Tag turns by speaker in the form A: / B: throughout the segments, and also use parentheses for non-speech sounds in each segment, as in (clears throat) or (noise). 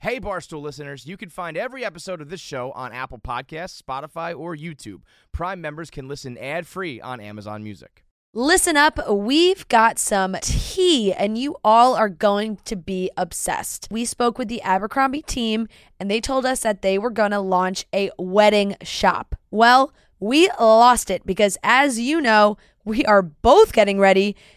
A: Hey, Barstool listeners, you can find every episode of this show on Apple Podcasts, Spotify, or YouTube. Prime members can listen ad free on Amazon Music.
B: Listen up, we've got some tea, and you all are going to be obsessed. We spoke with the Abercrombie team, and they told us that they were going to launch a wedding shop. Well, we lost it because, as you know, we are both getting ready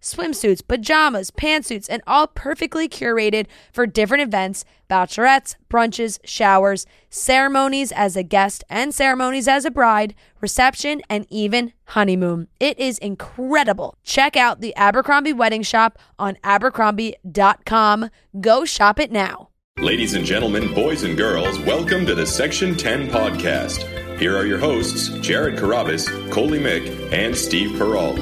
B: swimsuits, pajamas, pantsuits, and all perfectly curated for different events bachelorettes, brunches, showers, ceremonies as a guest and ceremonies as a bride, reception, and even honeymoon. It is incredible. Check out the Abercrombie Wedding Shop on abercrombie.com. Go shop it now.
C: Ladies and gentlemen, boys and girls, welcome to the Section 10 podcast. Here are your hosts, Jared Carabas, Coley Mick, and Steve Peral.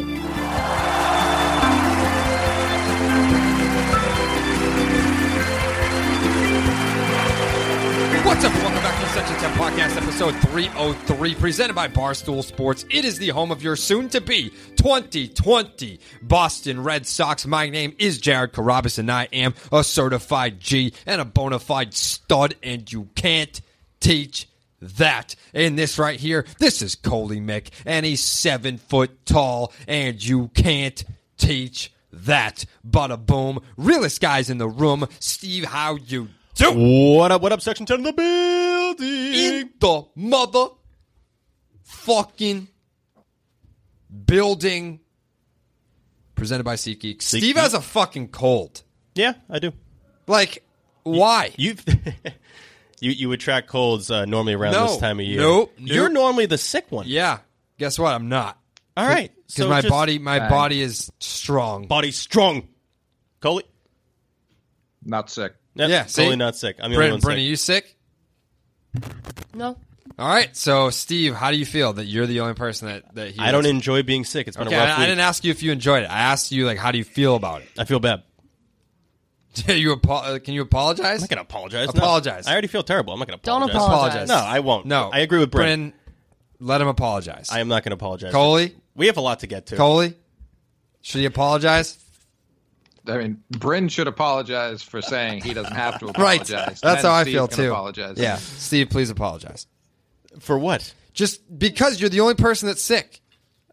D: What's up? Welcome back to the Section 10 Podcast, episode 303, presented by Barstool Sports. It is the home of your soon to be 2020 Boston Red Sox. My name is Jared Carabas, and I am a certified G and a bona fide stud, and you can't teach that. And this right here, this is Coley Mick, and he's seven foot tall, and you can't teach that. Bada boom. Realest guys in the room. Steve, how you do?
E: What up? What up? Section ten of the building.
D: in the mother fucking building presented by SeatGeek. Steve has a fucking cold.
E: Yeah, I do.
D: Like, why?
E: You, (laughs) you, you attract colds uh, normally around
D: No.
E: this time of year.
D: Nope.
E: You're
D: Nope.
E: normally the sick one.
D: yeah. Guess what? I'm not.
E: All right.
D: Because
E: so
D: my
E: just-
D: body my body is strong.
E: body's strong. Coley.
F: Not sick.
E: No,
D: Yeah, see?
E: Coley not sick. I'm the
D: Brent,
E: only one
D: Brent, are
E: sick.
D: you sick?
E: no.
D: All right. So, Steve, how do you feel that you're the only person that, that he
E: I don't
D: is?
E: enjoy being sick. It's been
D: Okay,
E: a rough
D: I, I
E: week.
D: didn't ask you if you enjoyed it. I asked you, like, how do you feel about it? (laughs)
E: I feel bad.
D: Can you, apo- uh, can you apologize?
E: I'm not gonna apologize. No.
D: Apologize.
E: I already feel terrible. I'm not gonna
B: Don't
E: apologize.
B: apologize.
E: No, I won't.
D: No.
E: I agree with Brent.
D: Brent, let him apologize.
E: I am not gonna apologize.
D: Coley?
E: we have a lot to get to.
D: Coley, should he apologize?
F: I mean, Bryn should apologize for saying he doesn't have to
D: (laughs) Right.
F: apologize. And
D: That's how I
F: Steve
D: feel
F: can
D: too.
F: Apologize.
D: Yeah, Steve, please apologize.
E: For what?
D: Just because you're the only person that's sick.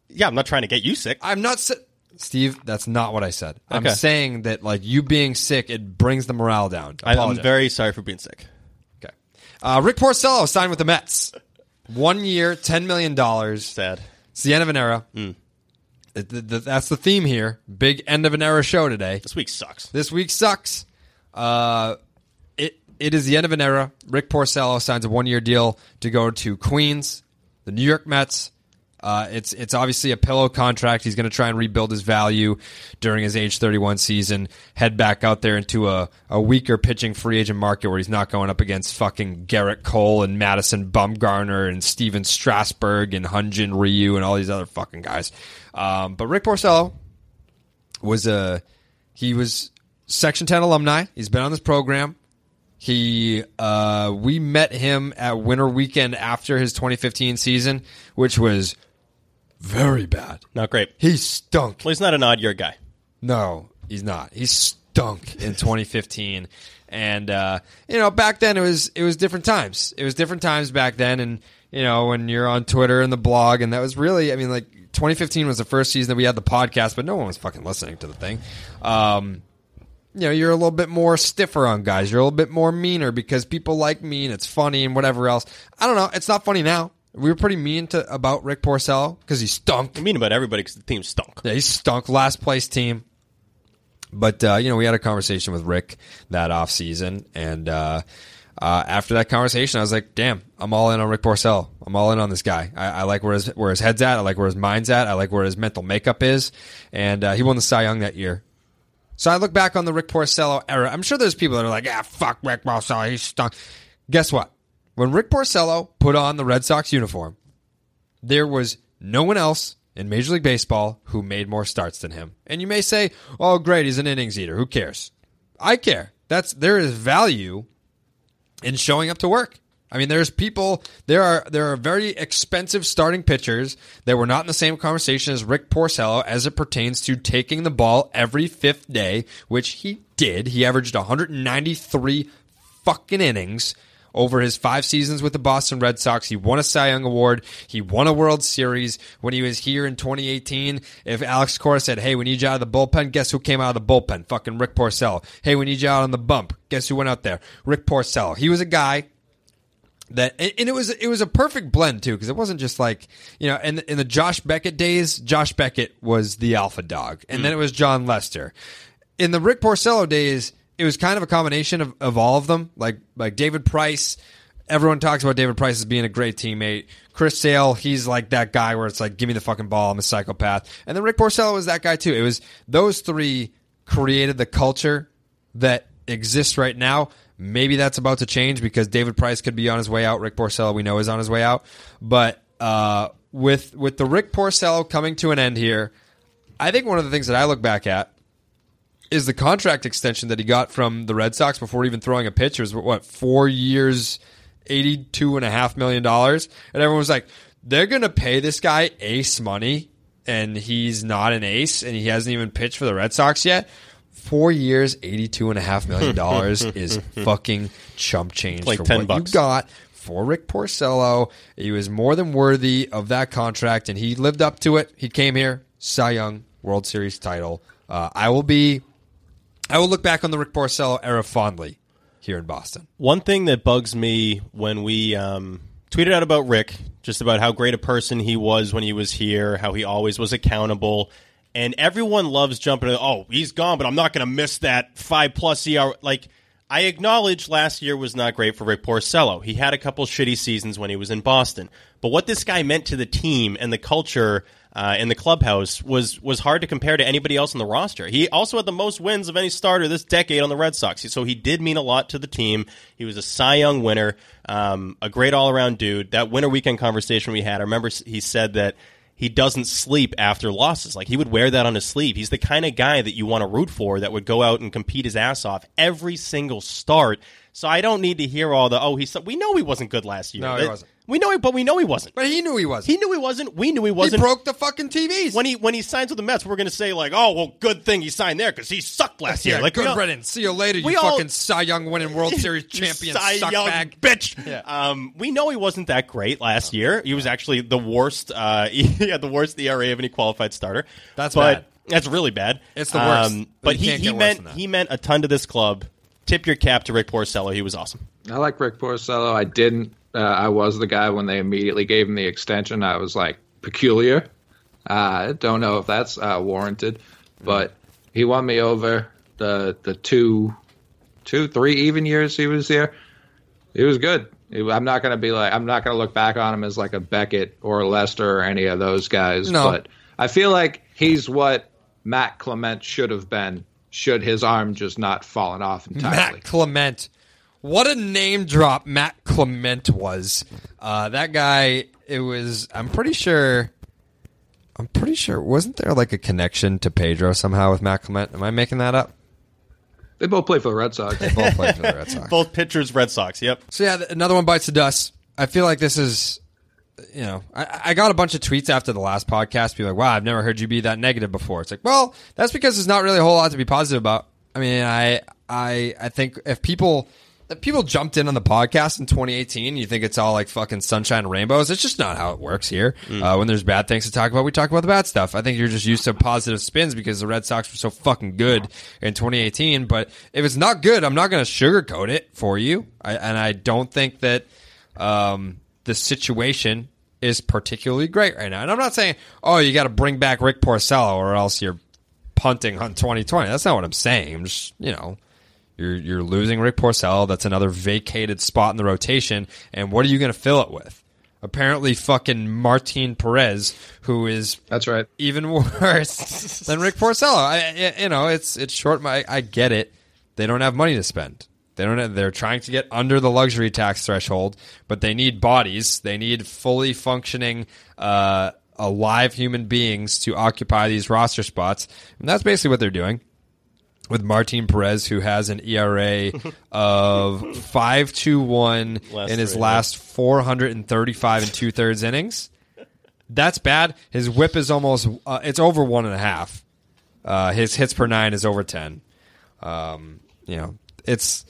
E: Yeah, I'm not trying to get you sick.
D: I'm not si- Steve, that's not what I said. I'm
E: Okay.
D: saying that like you being sick it brings the morale down.
E: I- I'm
D: Apologize.
E: very sorry for being sick.
D: Okay. Uh, Rick Porcello signed with the Mets. 1 year, 10 million dollars.
E: Sad. Hmm.
D: It's the end of an era. Th- th- th- that's the theme here. Big end of an era show today.
E: This week sucks.
D: This week sucks. Uh, it it is the end of an era. Rick Porcello signs a one year deal to go to Queens, the New York Mets. Uh, it's it's obviously a pillow contract. He's going to try and rebuild his value during his age 31 season. Head back out there into a, a weaker pitching free agent market where he's not going up against fucking Garrett Cole and Madison Bumgarner and Steven Strasburg and Hunjin Ryu and all these other fucking guys. Um, but Rick Porcello, was a he was Section Ten alumni. He's been on this program. He uh, we met him at Winter Weekend after his 2015 season, which was very bad.
E: Not great.
D: He stunk.
E: Well, he's not an odd year guy.
D: No, he's not. He stunk in 2015, and uh, you know back then it was it was different times. It was different times back then, and you know when you're on Twitter and the blog, and that was really I mean like 2015 was the first season that we had the podcast, but no one was fucking listening to the thing. Um, you know you're a little bit more stiffer on guys. You're a little bit more meaner because people like me and it's funny and whatever else. I don't know. It's not funny now. We were pretty mean to about Rick Porcello because he stunk.
E: I mean about everybody because the team stunk.
D: Yeah, he stunk last place team. But uh, you know, we had a conversation with Rick that off season, and uh, uh, after that conversation, I was like, "Damn, I'm all in on Rick Porcello. I'm all in on this guy. I, I like where his where his head's at. I like where his mind's at. I like where his mental makeup is." And uh, he won the Cy Young that year. So I look back on the Rick Porcello era. I'm sure there's people that are like, "Ah, fuck Rick Porcello. He stunk." Guess what? When Rick Porcello put on the Red Sox uniform, there was no one else in Major League Baseball who made more starts than him. And you may say, "Oh, great, he's an innings eater. Who cares?" I care. That's there is value in showing up to work. I mean, there's people. There are there are very expensive starting pitchers that were not in the same conversation as Rick Porcello as it pertains to taking the ball every fifth day, which he did. He averaged 193 fucking innings over his five seasons with the Boston Red Sox. He won a Cy Young Award. He won a World Series when he was here in 2018. If Alex Cora said, "Hey, we need you out of the bullpen," guess who came out of the bullpen? Fucking Rick Porcello. Hey, we need you out on the bump. Guess who went out there? Rick Porcello. He was a guy that and, and it was it was a perfect blend too because it wasn't just like you know in in the Josh Beckett days Josh Beckett was the alpha dog and then it was John Lester in the Rick Porcello days it was kind of a combination of, of all of them like like David Price everyone talks about David Price as being a great teammate Chris Sale he's like that guy where it's like give me the fucking ball I'm a psychopath and then Rick Porcello was that guy too it was those three created the culture that exists right now. Maybe that's about to change because David Price could be on his way out. Rick Porcello, we know, is on his way out. But uh, with with the Rick Porcello coming to an end here, I think one of the things that I look back at is the contract extension that he got from the Red Sox before even throwing a pitch. It was what four years, eighty-two and a half million dollars, and everyone was like, "They're going to pay this guy ace money, and he's not an ace, and he hasn't even pitched for the Red Sox yet." Four years, eighty-two and a half million
E: (laughs)
D: dollars is fucking chump change
E: Like
D: for
E: 10
D: what
E: bucks.
D: you got for Rick Porcello. He was more than worthy of that contract, and he lived up to it. He came here, Cy Young, World Series title. Uh, I will be I will look back on the Rick Porcello era fondly here in Boston.
E: One thing that bugs me when we um, tweeted out about Rick, just about how great a person he was when he was here, how he always was accountable, and everyone loves jumping. to, Oh, he's gone, but I'm not going to miss that five plus ER. Like I acknowledge, last year was not great for Rick Porcello. He had a couple shitty seasons when he was in Boston, but what this guy meant to the team and the culture. Uh, in the clubhouse was was hard to compare to anybody else on the roster. He also had the most wins of any starter this decade on the Red Sox, so he did mean a lot to the team. He was a Cy Young winner, um, a great all around dude. That winter weekend conversation we had, I remember s- he said that he doesn't sleep after losses. Like he would wear that on his sleeve. He's the kind of guy that you want to root for that would go out and compete his ass off every single start. So I don't need to hear all the oh he's so-" we know he wasn't good last year.
D: No, he
E: That-
D: wasn't.
E: We know he, but we know he wasn't.
D: But he knew he was.
E: He
D: He,
E: knew he wasn't. We knew he wasn't
D: broke the fucking TVs.
E: when he when he signs with the Mets, we're going to say like, oh well, good thing he signed there because he sucked last year.
D: yeah,
E: Like,
D: good
E: we all-
D: riddance. See you later,
E: we
D: you
E: all-
D: fucking Cy Young winning World Series
E: (laughs) You
D: champion
E: Cy Young
D: suckbag.
E: bitch. Um, we know he wasn't that great last year. He was actually the worst. Uh, (laughs) he had the worst ERA of any qualified starter.
D: That's
E: but
D: bad.
E: That's really bad. Um,
D: It's the worst. You
E: but he,
D: can't
E: he
D: get worse than
E: meant
D: that.
E: he meant a ton to this club. Tip your cap to Rick Porcello. He was awesome.
F: I like Rick Porcello. I didn't. Uh, I was the guy when they immediately gave him the extension. I was like peculiar. Uh, I don't know if that's uh, warranted, but he won me over the the two, two, three even years he was there. He was good. He- I'm not gonna be like I'm not gonna look back on him as like a Beckett or a Lester or any of those guys.
D: No.
F: But I feel like he's what Matt Clement should have been. Should his arm just not fallen off entirely?
D: Matt Clement. What a name drop Matt Clement was. Uh, that guy, it was, I'm pretty sure, I'm pretty sure, wasn't there like a connection to Pedro somehow with Matt Clement? Am I making that up?
F: They both play for the Red Sox.
D: Both played for the Red Sox.
E: (laughs) Both pitchers, Red Sox. Yep.
D: So yeah, th- another one bites the dust. I feel like this is, you know, I, I got a bunch of tweets after the last podcast. People like, "Wow, I've never heard you be that negative before." It's like, well, that's because there's not really a whole lot to be positive about. I mean, I, I, I think if people, if people jumped in on the podcast in 2018, you think it's all like fucking sunshine and rainbows. It's just not how it works here. Uh, when there's bad things to talk about, we talk about the bad stuff. I think you're just used to positive spins because the Red Sox were so fucking good in 2018. But if it's not good, I'm not going to sugarcoat it for you. I, and I don't think that um, the situation is particularly great right now. And I'm not saying, oh, you got to bring back Rick Porcello or else you're punting on 2020. That's not what I'm saying. I'm just, you know, you're you're losing Rick Porcello. That's another vacated spot in the rotation. And what are you going to fill it with? Apparently, fucking Martin Perez, who is
F: That's right.
D: even (laughs) worse than Rick Porcello. I, I- you know, it's it's short. I, I get it. They don't have money to spend. They don't. Have, they're trying to get under the luxury tax threshold, but they need bodies. They need fully functioning uh, alive human beings to occupy these roster spots. And that's basically what they're doing with Martin Perez, who has an
E: (laughs)
D: ERA of five two one
E: Last
D: in his
E: three,
D: last four hundred and thirty five and two thirds innings. That's bad. His WHIP is almost uh, it's over one and a half. Uh, his hits per nine is over ten. Um, you know, it's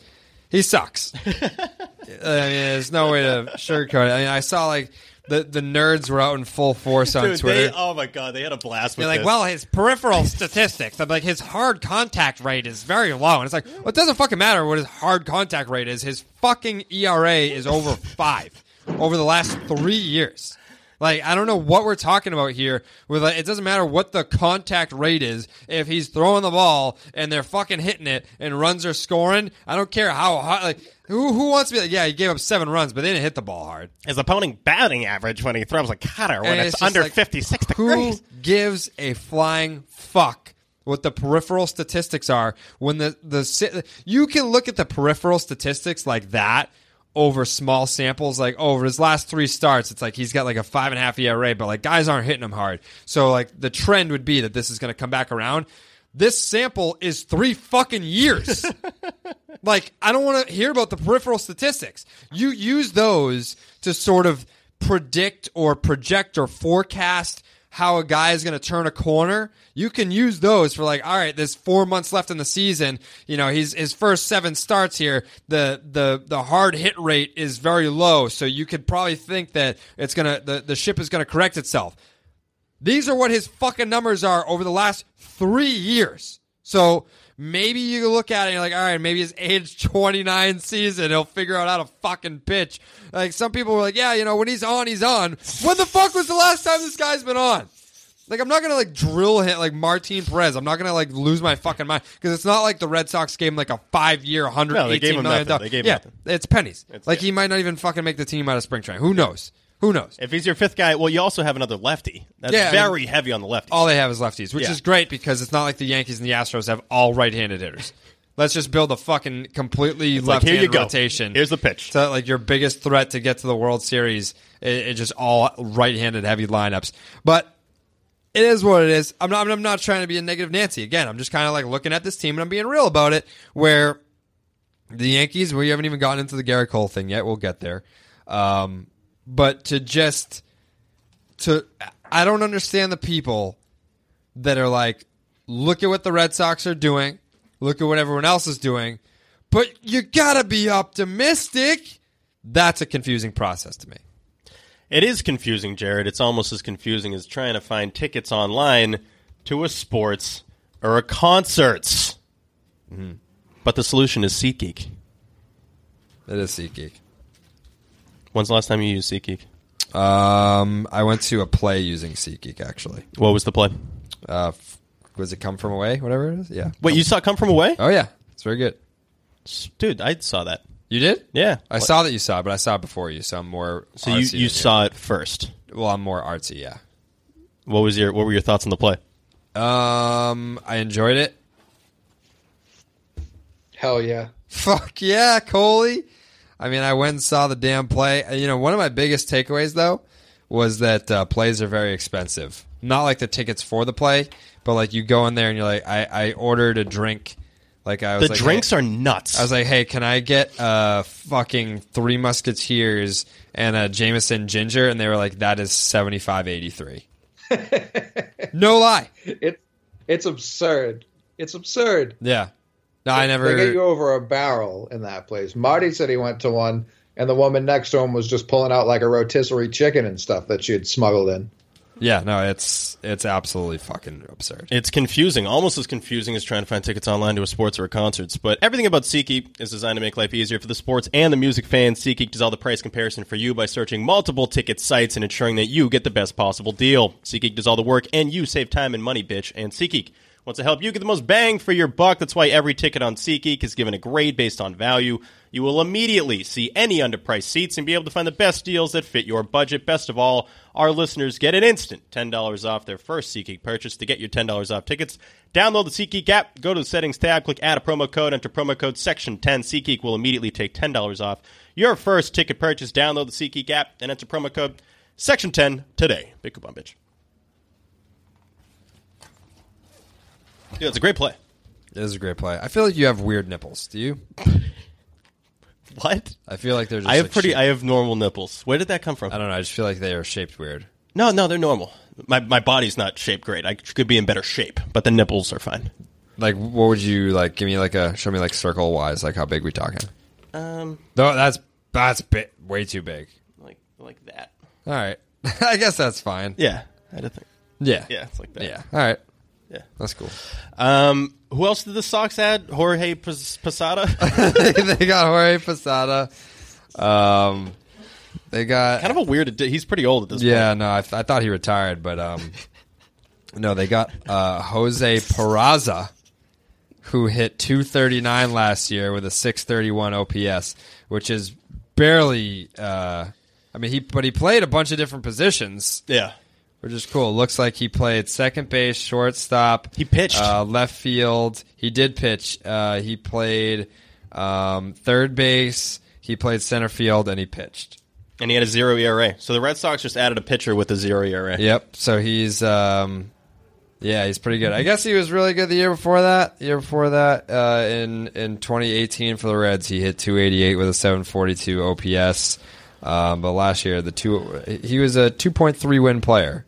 D: he
E: (laughs)
D: sucks. I mean, there's no way to sugarcoat it. I mean, I saw like the the nerds were out in full force on
E: Dude,
D: Twitter.
E: they, oh my god, they had a blast with
D: They're like,
E: this.
D: well, his
E: (laughs)
D: peripheral statistics. I'm like, his hard contact rate is very low. And it's like, well, it doesn't fucking matter what his hard contact rate is. His fucking ERA is
E: (laughs)
D: over five over the last three years. Like, I don't know what we're talking about here. With like, it doesn't matter what the contact rate is. If he's throwing the ball and they're fucking hitting it and runs are scoring, I don't care how hard. Like, who, who wants to be like, yeah, he gave up seven runs, but they didn't hit the ball hard.
E: his opponent batting average when he throws a cutter when
D: And
E: it's,
D: just
E: under
D: like,
E: 56
D: who
E: degrees.
D: gives a flying fuck what the peripheral statistics are when the the si- you can look at the peripheral statistics like that over small samples like over his last three starts it's like he's got like a five and a half ERA but like guys aren't hitting him hard so like the trend would be that this is going to come back around this sample is three fucking
E: (laughs)
D: years like I don't want to hear about the peripheral statistics. You use those to sort of predict or project or forecast how a guy is going to turn a corner. You can use those for like, all right, there's four months left in the season. You know, he's his first seven starts here. The the the hard hit rate is very low, so you could probably think that it's gonna the, the ship is gonna correct itself. These are what his fucking numbers are over the last three years. So maybe you look at it and you're like, all right, maybe his age (laughs) 29 season, he'll figure out how to fucking pitch. Like some people were like, yeah, you know, when he's on, he's on. When the fuck was the last time this guy's been on? Like I'm not gonna like drill hit like Martin Perez. I'm not gonna like lose my fucking mind because it's not like the Red Sox gave him like a five year, hundred
E: No, they
D: eighteen
E: gave
D: million
E: him
D: dollar.
E: nothing. They gave him
D: yeah,
E: nothing.
D: it's pennies. like
E: yeah.
D: he might not even fucking make the team out of spring training. Who knows? Who knows?
E: If he's your fifth guy, well, you also have another lefty. That's
D: Yeah, I mean-
E: very heavy on the lefty.
D: all they have is lefties, which
E: Yeah.
D: is great because it's not like the Yankees and the Astros have all right-handed hitters. Let's just build a fucking completely
E: like,
D: left
E: here you go.
D: rotation.
E: Here's the pitch.
D: So like your biggest threat to get to the World Series is just all right-handed heavy lineups. But it is what it is. I'm not. I'm not trying to be a negative Nancy. Again, I'm just kind of like looking at this team and I'm being real about it. Where the Yankees, we haven't even gotten into the Garrett Cole thing yet. We'll get there. Um, but to just to, I don't understand the people that are like, look at what the Red Sox are doing, look at what everyone else is doing, but you gotta be optimistic. That's a confusing process to me.
E: It is confusing, Jared. It's almost as confusing as trying to find tickets online to a sports or a concerts.
D: Mm-hmm.
E: But the solution is SeatGeek.
D: It is SeatGeek.
E: When's the last time you used SeatGeek?
D: Um, I went to a play using SeatGeek actually.
E: What was the play?
D: Uh, f- was it Come From Away? Whatever it is. Yeah.
E: Wait, you saw Come From Away?
D: Oh yeah, it's very good.
E: Dude, I saw that.
D: You did?
E: Yeah.
D: I saw that you saw, it, but I saw it before you, so I'm more.
E: So you,
D: artsy than
E: you saw it first.
D: Well, I'm more artsy. Yeah.
E: What was your what were your thoughts on the play?
D: Um, I enjoyed it.
F: Hell yeah.
D: Fuck yeah, Coley. I mean, I went and saw the damn play. Uh, You know, one of my biggest takeaways though was that uh, plays are very expensive. Not like the tickets for the play, but like you go in there and you're like, I, I ordered a drink. Like I was
E: The
D: like,
E: drinks
D: hey-
E: are nuts.
D: I was like, hey, can I get uh fucking three musketeers and a Jameson ginger? And they were like, that is seventy five eighty
E: (laughs)
D: three. no lie.
F: It, it's absurd. It's absurd.
D: Yeah. No, I never.
F: They get you over a barrel in that place. Marty said he went to one, and the woman next to him was just pulling out like a rotisserie chicken and stuff that she had smuggled in.
D: Yeah, no, it's it's absolutely fucking absurd.
E: It's confusing, almost as confusing as trying to find tickets online to a sports or a concerts. But everything about SeatGeek is designed to make life easier for the sports and the music fans. SeatGeek does all the price comparison for you by searching multiple ticket sites and ensuring that you get the best possible deal. SeatGeek does all the work, and you save time and money, bitch. And SeatGeek wants to help you get the most bang for your buck. That's why every ticket on SeatGeek is given a grade based on value. You will immediately see any underpriced seats and be able to find the best deals that fit your budget. Best of all, our listeners get an instant $10 off their first SeatGeek purchase. To get your $10 off tickets, download the SeatGeek app, go to the settings tab, click add a promo code, enter promo code section 10. SeatGeek will immediately take $10 off your first ticket purchase. Download the SeatGeek app and enter promo code section 10 today. Big coupon, bitch. Yeah, it's a great play.
D: It is a great play. I feel like you have weird nipples. Do you?
E: What?
D: I feel like they're just.
E: I have
D: like,
E: pretty.
D: shaped-
E: I have normal nipples. Where did that come from?
D: I don't know. I just feel like they are shaped weird.
E: No, no, they're normal. My my body's not shaped great. I could be in better shape, but the nipples are fine.
D: Like, what would you like? Give me like a show me like circle wise, like how big we talking? Um. No, that's that's bit way too big.
E: Like like that.
D: All right. (laughs) I guess that's fine.
E: Yeah, I did think.
D: Yeah.
E: Yeah, it's like that.
D: Yeah. All right.
E: Yeah.
D: That's cool. (laughs)
E: Um, who else did the Sox add? Jorge Pas- Posada. (laughs)
D: they got Jorge Posada. Um, they got
E: kind of a weird. addi- He's pretty old at this
D: yeah. No, I, th- I thought he retired, but
E: (laughs)
D: um, no, they got uh, Jose Peraza, who hit 239 last year with a 631 OPS, which is barely. Uh, I mean, he but he played a bunch of different positions,
E: point. Yeah.
D: which is cool. Looks like he played second base, shortstop.
E: He pitched.
D: uh, left field. He did pitch. Uh, he played um, third base. He played center field, and he pitched.
E: And he had a zero ERA. So the Red Sox just added a pitcher with a zero ERA.
D: Yep. So he's, um, yeah, he's pretty good. I guess he was really good the year before that. The year before that, uh, in in 2018 for the Reds, he hit 288 with a 742 OPS. Um, but last year, the two he was a 2.3 win player.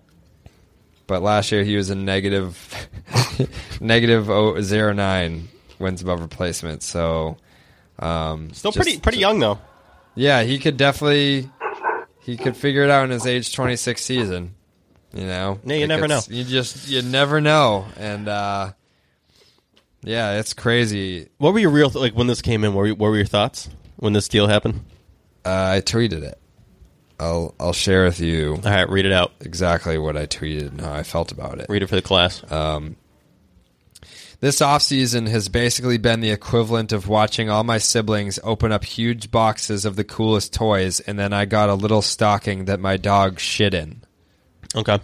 D: But last year he was a negative (laughs) negative o- 09 wins above replacement. So um,
E: Still
D: just-
E: pretty pretty young though.
D: yeah, he could definitely he could figure it out in his age 26 season. You know,
E: Yeah, you never
D: it's-
E: know.
D: You just you never know, and uh, yeah, it's crazy.
E: What were your real like when this came in? What were, what were your thoughts when this deal happened?
D: Uh, I tweeted it. I'll I'll share with you
E: All right, read it out.
D: exactly what I tweeted and how I felt about it.
E: Read it for the class.
D: This offseason has basically been the equivalent of watching all my siblings open up huge boxes of the coolest toys, and then I got a little stocking that my dog shit in.
E: okay,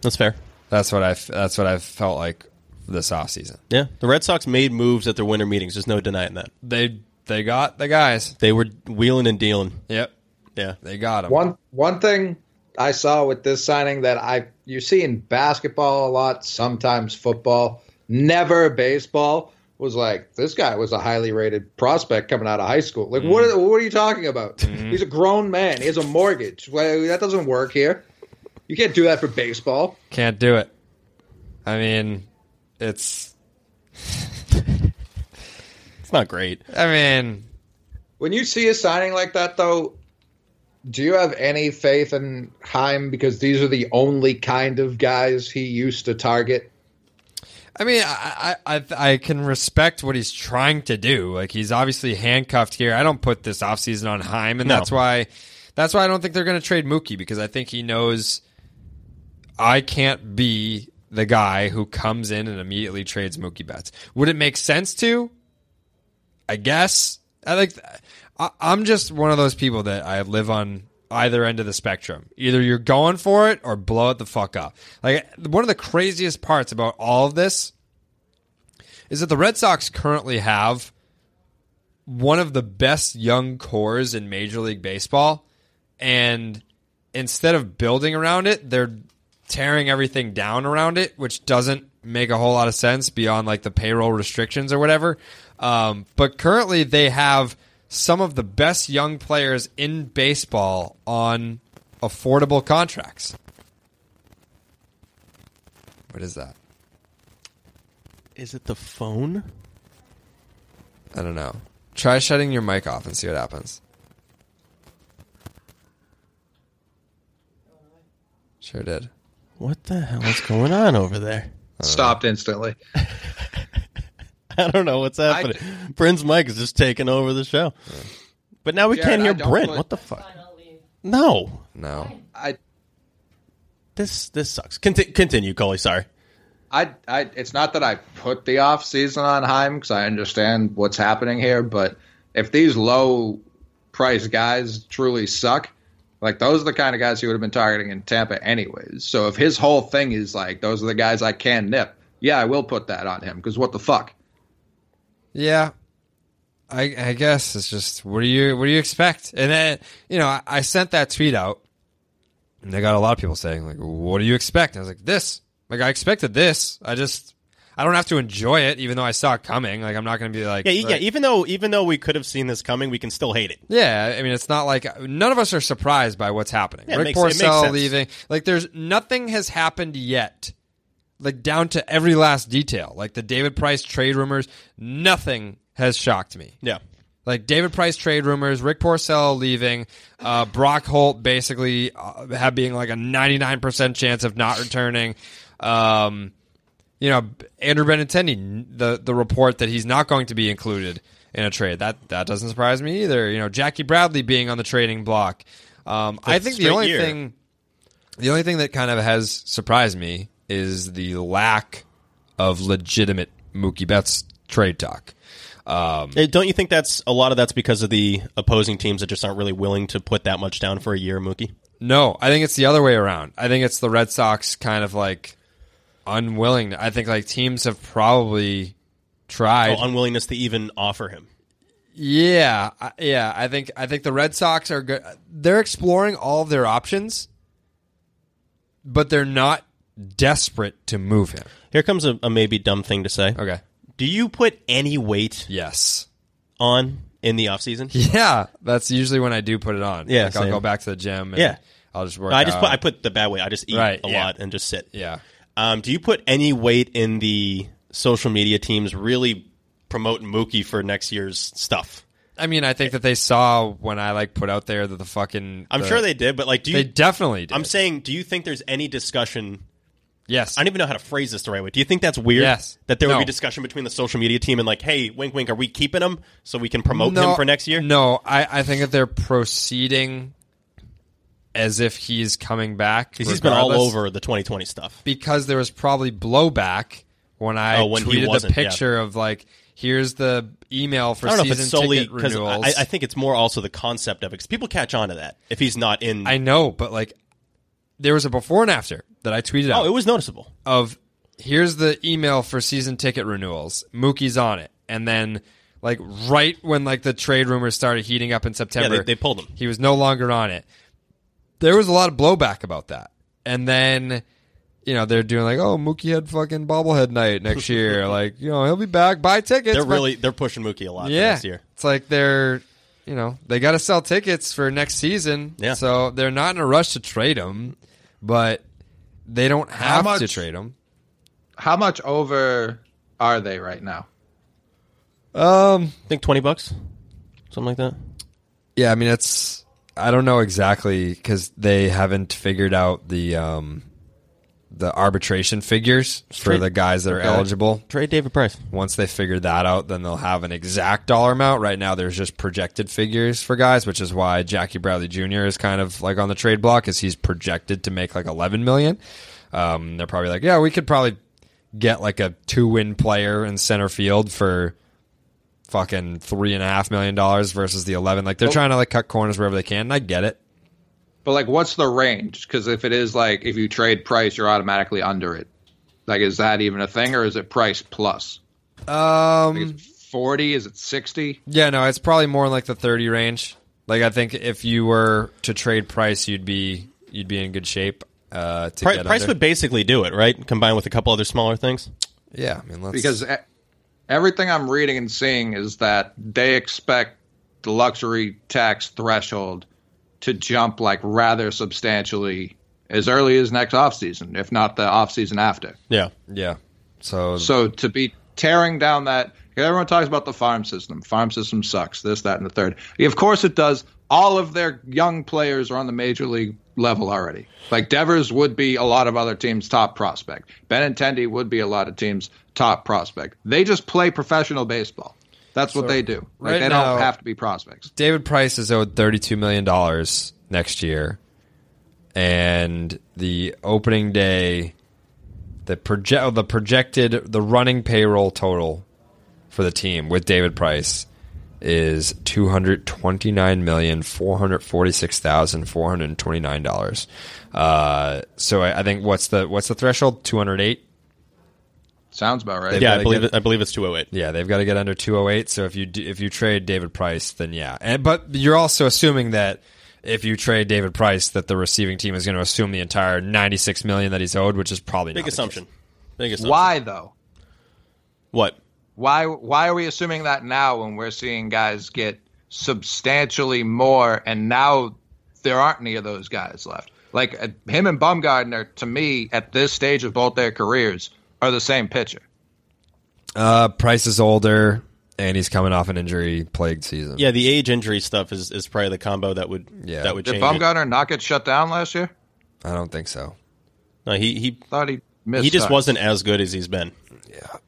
E: that's fair.
D: That's what I f- that's what I felt like this offseason.
E: Yeah, the Red Sox made moves at their winter meetings. There's no denying that.
D: They they got the guys.
E: They were wheeling and dealing.
D: Yep,
E: Yeah,
D: they got them.
F: One one thing I saw with this signing that I you see in basketball a lot, sometimes football, never baseball was like this guy was a highly rated prospect coming out of high school. Like what are, what are you talking about? He's a grown man. He has a mortgage. Well, that doesn't work here. You can't do that for baseball.
D: Can't do it. I mean, it's.
E: it's not great.
D: I mean,
F: When you see a signing like that, though, do you have any faith in Heim because these are the only kind of guys he used to target?
D: I mean, I, I I I can respect what he's trying to do. Like he's obviously handcuffed here. I don't put this offseason on Heim, and
E: No.
D: that's why that's why I don't think they're going to trade Mookie because I think he knows I can't be the guy who comes in and immediately trades Mookie Betts. Would it make sense to? I guess I like. I, I'm just one of those people that I live on either end of the spectrum. Either you're going for it or blow it the fuck up. Like one of the craziest parts about all of this is that the Red Sox currently have one of the best young cores in Major League Baseball, and instead of building around it, they're tearing everything down around it, which doesn't make a whole lot of sense beyond like the payroll restrictions or whatever. Um, but currently, they have some of the best young players in baseball on affordable contracts. What is that?
E: Is it the phone?
D: I don't know. Try shutting your mic off and see what happens. Sure did.
E: What the hell is going on over there?
F: Stopped instantly.
E: (laughs) I don't know what's happening. Bryn's mic is just taking over the show. But now we
F: Jared,
E: can't
F: I
E: hear
F: don't
E: Bryn.
F: put-
E: What the fuck? No.
D: No.
F: I,
E: This this sucks. Conti- continue, Coley. Sorry.
F: I, I, it's not that I put the off season on Heim because I understand what's happening here, but if these low price guys truly suck, like those are the kind of guys he would have been targeting in Tampa anyways. So if his whole thing is like those are the guys I can nip, yeah, I will put that on him because what the fuck?
D: Yeah. I, I guess it's just what do you what do you expect? And then you know I, I sent that tweet out, and I got a lot of people saying like, "What do you expect?" And I was like, "This." Like I expected this. I just I don't have to enjoy it, even though I saw it coming. Like I'm not going to be like,
E: Yeah, e- yeah.
D: like-
E: Even though even though we could have seen this coming, we can still hate it.
D: Yeah, I mean, it's not like none of us are surprised by what's happening.
E: Yeah, it
D: Rick
E: makes- it makes
D: Porcel
E: sense.
D: leaving, like, there's nothing has happened yet, like down to every last detail. Like the David Price trade rumors, nothing has shocked me.
E: Yeah.
D: Like David Price trade rumors, Rick Porcel leaving, uh, Brock Holt basically uh, have being like a 99% chance of not returning. Um, you know, Andrew Benintendi, the the report that he's not going to be included in a trade that that doesn't surprise me either. You know, Jackie Bradley being on the trading block. Um, I think the
E: straight
D: only
E: year.
D: thing, the only thing that kind of has surprised me is the lack of legitimate Mookie Betts trade talk.
E: Uh, Don't you think that's a lot of that's because of the opposing teams that just aren't really willing to put that much down for a year, Mookie?
D: No, I think it's the other way around. I think it's the Red Sox kind of like unwilling. I think like teams have probably tried.
E: Oh, unwillingness to even offer him.
D: yeah, I- yeah. I think I think the Red Sox are good. They're exploring all of their options, but they're not desperate to move him.
E: Here comes a, a maybe dumb thing to say.
D: Okay.
E: Do you put any weight
D: Yes.
E: on in the offseason?
D: Yeah, that's usually when I do put it on.
E: Yeah,
D: like I'll
E: same.
D: go back to the gym. And
E: Yeah.
D: I'll just work.
E: No, I just
D: out.
E: put, I put the bad weight. I just eat
D: Uh, Right,
E: a
D: yeah.
E: lot and just sit.
D: yeah.
E: Um, do you put any weight in the social media teams really promoting Mookie for next year's stuff?
D: I mean, I think that they saw when I like put out there that the fucking.
E: I'm
D: the-
E: sure they did, but like, do you?
D: They definitely did.
E: I'm saying, do you think there's any discussion?
D: Yes.
E: I don't even know how to phrase this the right way. Do you think that's weird?
D: Yes.
E: That there
D: No.
E: would be discussion between the social media team and like, hey, wink, wink, are we keeping him so we can promote him for next year?
D: No, I, I think that they're proceeding as if he's coming back.
E: because he's been all
D: regardless,
E: over the 2020 stuff.
D: Because there was probably blowback when I
E: Oh, when he
D: tweeted the
E: wasn't, yeah.
D: picture of like, here's the email for
E: I don't know
D: season
E: if it's solely
D: ticket
E: because
D: renewals.
E: I, I think it's more also the concept of it. 'cause people catch on to that if he's not in.
D: I know, but like, there was a before and after that I tweeted out
E: oh, it was noticeable.
D: of here's the email for season ticket renewals. Mookie's on it, and then like right when like the trade rumors started heating up in September,
E: they pulled him.
D: He was no longer on it. There was a lot of blowback about that, and then you know they're doing like, oh, Mookie had fucking bobblehead night next year.
E: (laughs)
D: like you know he'll be back. Buy tickets.
E: They're
D: Buy-
E: really they're pushing Mookie a lot for
D: yeah.
E: next year.
D: It's like they're you know they got to sell tickets for next season.
E: Yeah.
D: So they're not in a rush to trade him, but they don't have to
F: much?
D: trade him.
F: How much over are they right now?
D: Um.
E: I think 20 bucks, something like that.
D: Yeah, I mean it's I don't know exactly because they haven't figured out the um, the arbitration figures for
E: Trade-
D: the guys that are eligible.
E: Trade David Price.
D: Once they figure that out, then they'll have an exact dollar amount. Right now, there's just projected figures for guys, which is why Jackie Bradley Jr. is kind of like on the trade block, as he's projected to make like 11 million. Um, they're probably like, yeah, we could probably get like a two-win player in center field for fucking three and a half million dollars versus the 11. Like they're trying to like cut corners wherever they can. And I get it.
F: But like, what's the range? Because if it is like, if you trade Price, you're automatically under it. Like, is that even a thing, or is it Price plus?
D: Um,
F: Forty? Is it sixty?
D: yeah, no, it's probably more in like the 30 range. Like I think if you were to trade price, you'd be, you'd be in good shape. Uh, to
E: Price,
D: get
E: Price
D: under.
E: would basically do it, right? Combined with a couple other smaller things.
D: Yeah, I mean, let's,
F: Because e- everything I'm reading and seeing is that they expect the luxury tax threshold to jump like rather substantially as early as next offseason, if not the offseason after.
E: Yeah.
D: yeah, so,
F: So to be tearing down that everyone talks about the farm system. Farm system sucks. This, that, and the third. Of course it does. All of their young players are on the major league level already. Like Devers would be a lot of other teams' top prospect. Benintendi would be a lot of teams' top prospect. They just play professional baseball. That's what they do. Like
D: right
F: they
D: now-
F: don't have to be prospects.
D: David Price is owed thirty-two million dollars next year, and the opening day, the proje- oh, the projected the running payroll total for the team with David Price is two hundred twenty-nine million four hundred forty-six thousand four hundred twenty-nine dollars. Uh, so I, I think what's the what's the threshold? Two hundred eight.
F: Sounds about right.
E: Yeah,
D: gotta
E: I believe
D: get-
E: it, I believe it's 208.
D: Yeah, they've got to get under 208. So if you do, if you trade David Price, then yeah. And, but you're also assuming that if you trade David Price, that the receiving team is going to assume the entire 96 million that he's owed, which is probably not
E: Big
D: the
E: assumption.
D: case.
E: Big assumption.
F: Why though?
E: What?
F: Why why are we assuming that now when we're seeing guys get substantially more and now there aren't any of those guys left? Like uh, him and Bumgardner to me at this stage of both their careers are the same pitcher.
D: Uh, Price is older, and he's coming off an injury-plagued season.
E: Yeah, the age injury stuff is, is probably the combo that would
D: Yeah.
E: that would
F: Did
E: change. it.
F: Bumgarner not get shut down last year?
D: I don't think so.
E: No, he he
F: Thought he missed.
E: he just
F: time.
E: wasn't as good as he's been.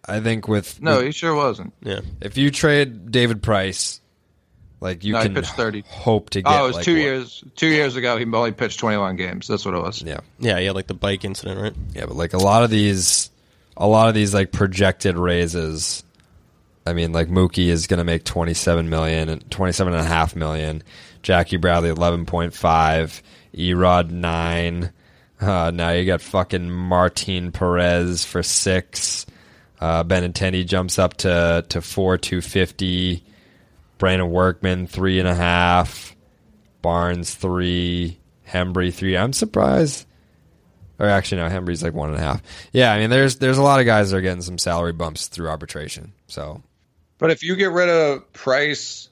D: I think with
F: No, he sure wasn't.
E: Yeah.
D: if you trade David Price, like you
F: No, he
D: can
F: pitched 30.
D: hope to get.
F: Oh, it was
D: like,
F: two
D: what-
F: years. Two years ago, he only pitched 21 games. That's what it was.
D: Yeah,
E: Yeah, yeah, like the bike incident, right?
D: yeah, but like a lot of these, a lot of these like projected raises. I mean, like Mookie is going to make 27 million and 27 and a half million. Jackie Bradley 11.5, Erod 9. Uh, now you got fucking Martin Perez for 6. Uh, Benintendi jumps up to, to 4, 250. Brandon Workman, 3.5. Barnes, 3. Hembry, 3. I'm surprised. Or actually, no, Hembry's like 1.5. Yeah, I mean, there's, there's a lot of guys that are getting some salary bumps through arbitration. So
F: But if you get rid of Price,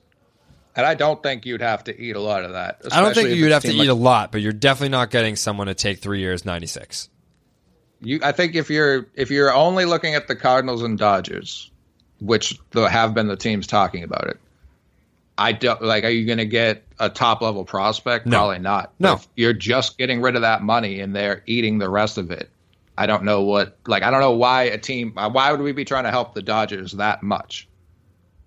F: and I don't think you'd have to eat a lot of that.
D: I don't think
F: especially if
D: you'd
F: it
D: have to
F: seemed
D: eat a
F: like-
D: lot, but you're definitely not getting someone to take three years, ninety six.
F: You, I think if you're if you're only looking at the Cardinals and Dodgers, which the, have been the teams talking about it, I don't like. Are you going to get a top level prospect?
D: No.
F: Probably not.
D: No.
F: If you're just getting rid of that money and they're eating the rest of it. I don't know what like I don't know why a team why would we be trying to help the Dodgers that much?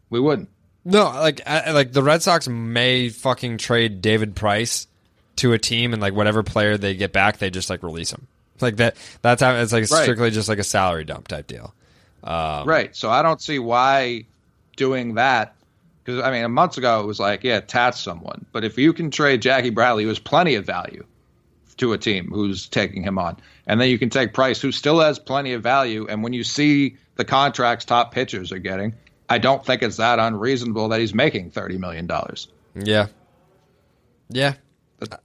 F: We wouldn't.
D: No, like I, like the Red Sox may fucking trade David Price to a team, and like whatever player they get back, they just like release him. Like that. That's how it's like
F: Right.
D: strictly just like a salary dump type deal.
F: Right. So I don't see why doing that. Because, I mean, months ago it was like, yeah, tat someone. But if you can trade Jackie Bradley, who has plenty of value to a team who's taking him on, and then you can take Price, who still has plenty of value. And when you see the contracts top pitchers are getting, I don't think it's that unreasonable that he's making $30 million,
D: Yeah, yeah.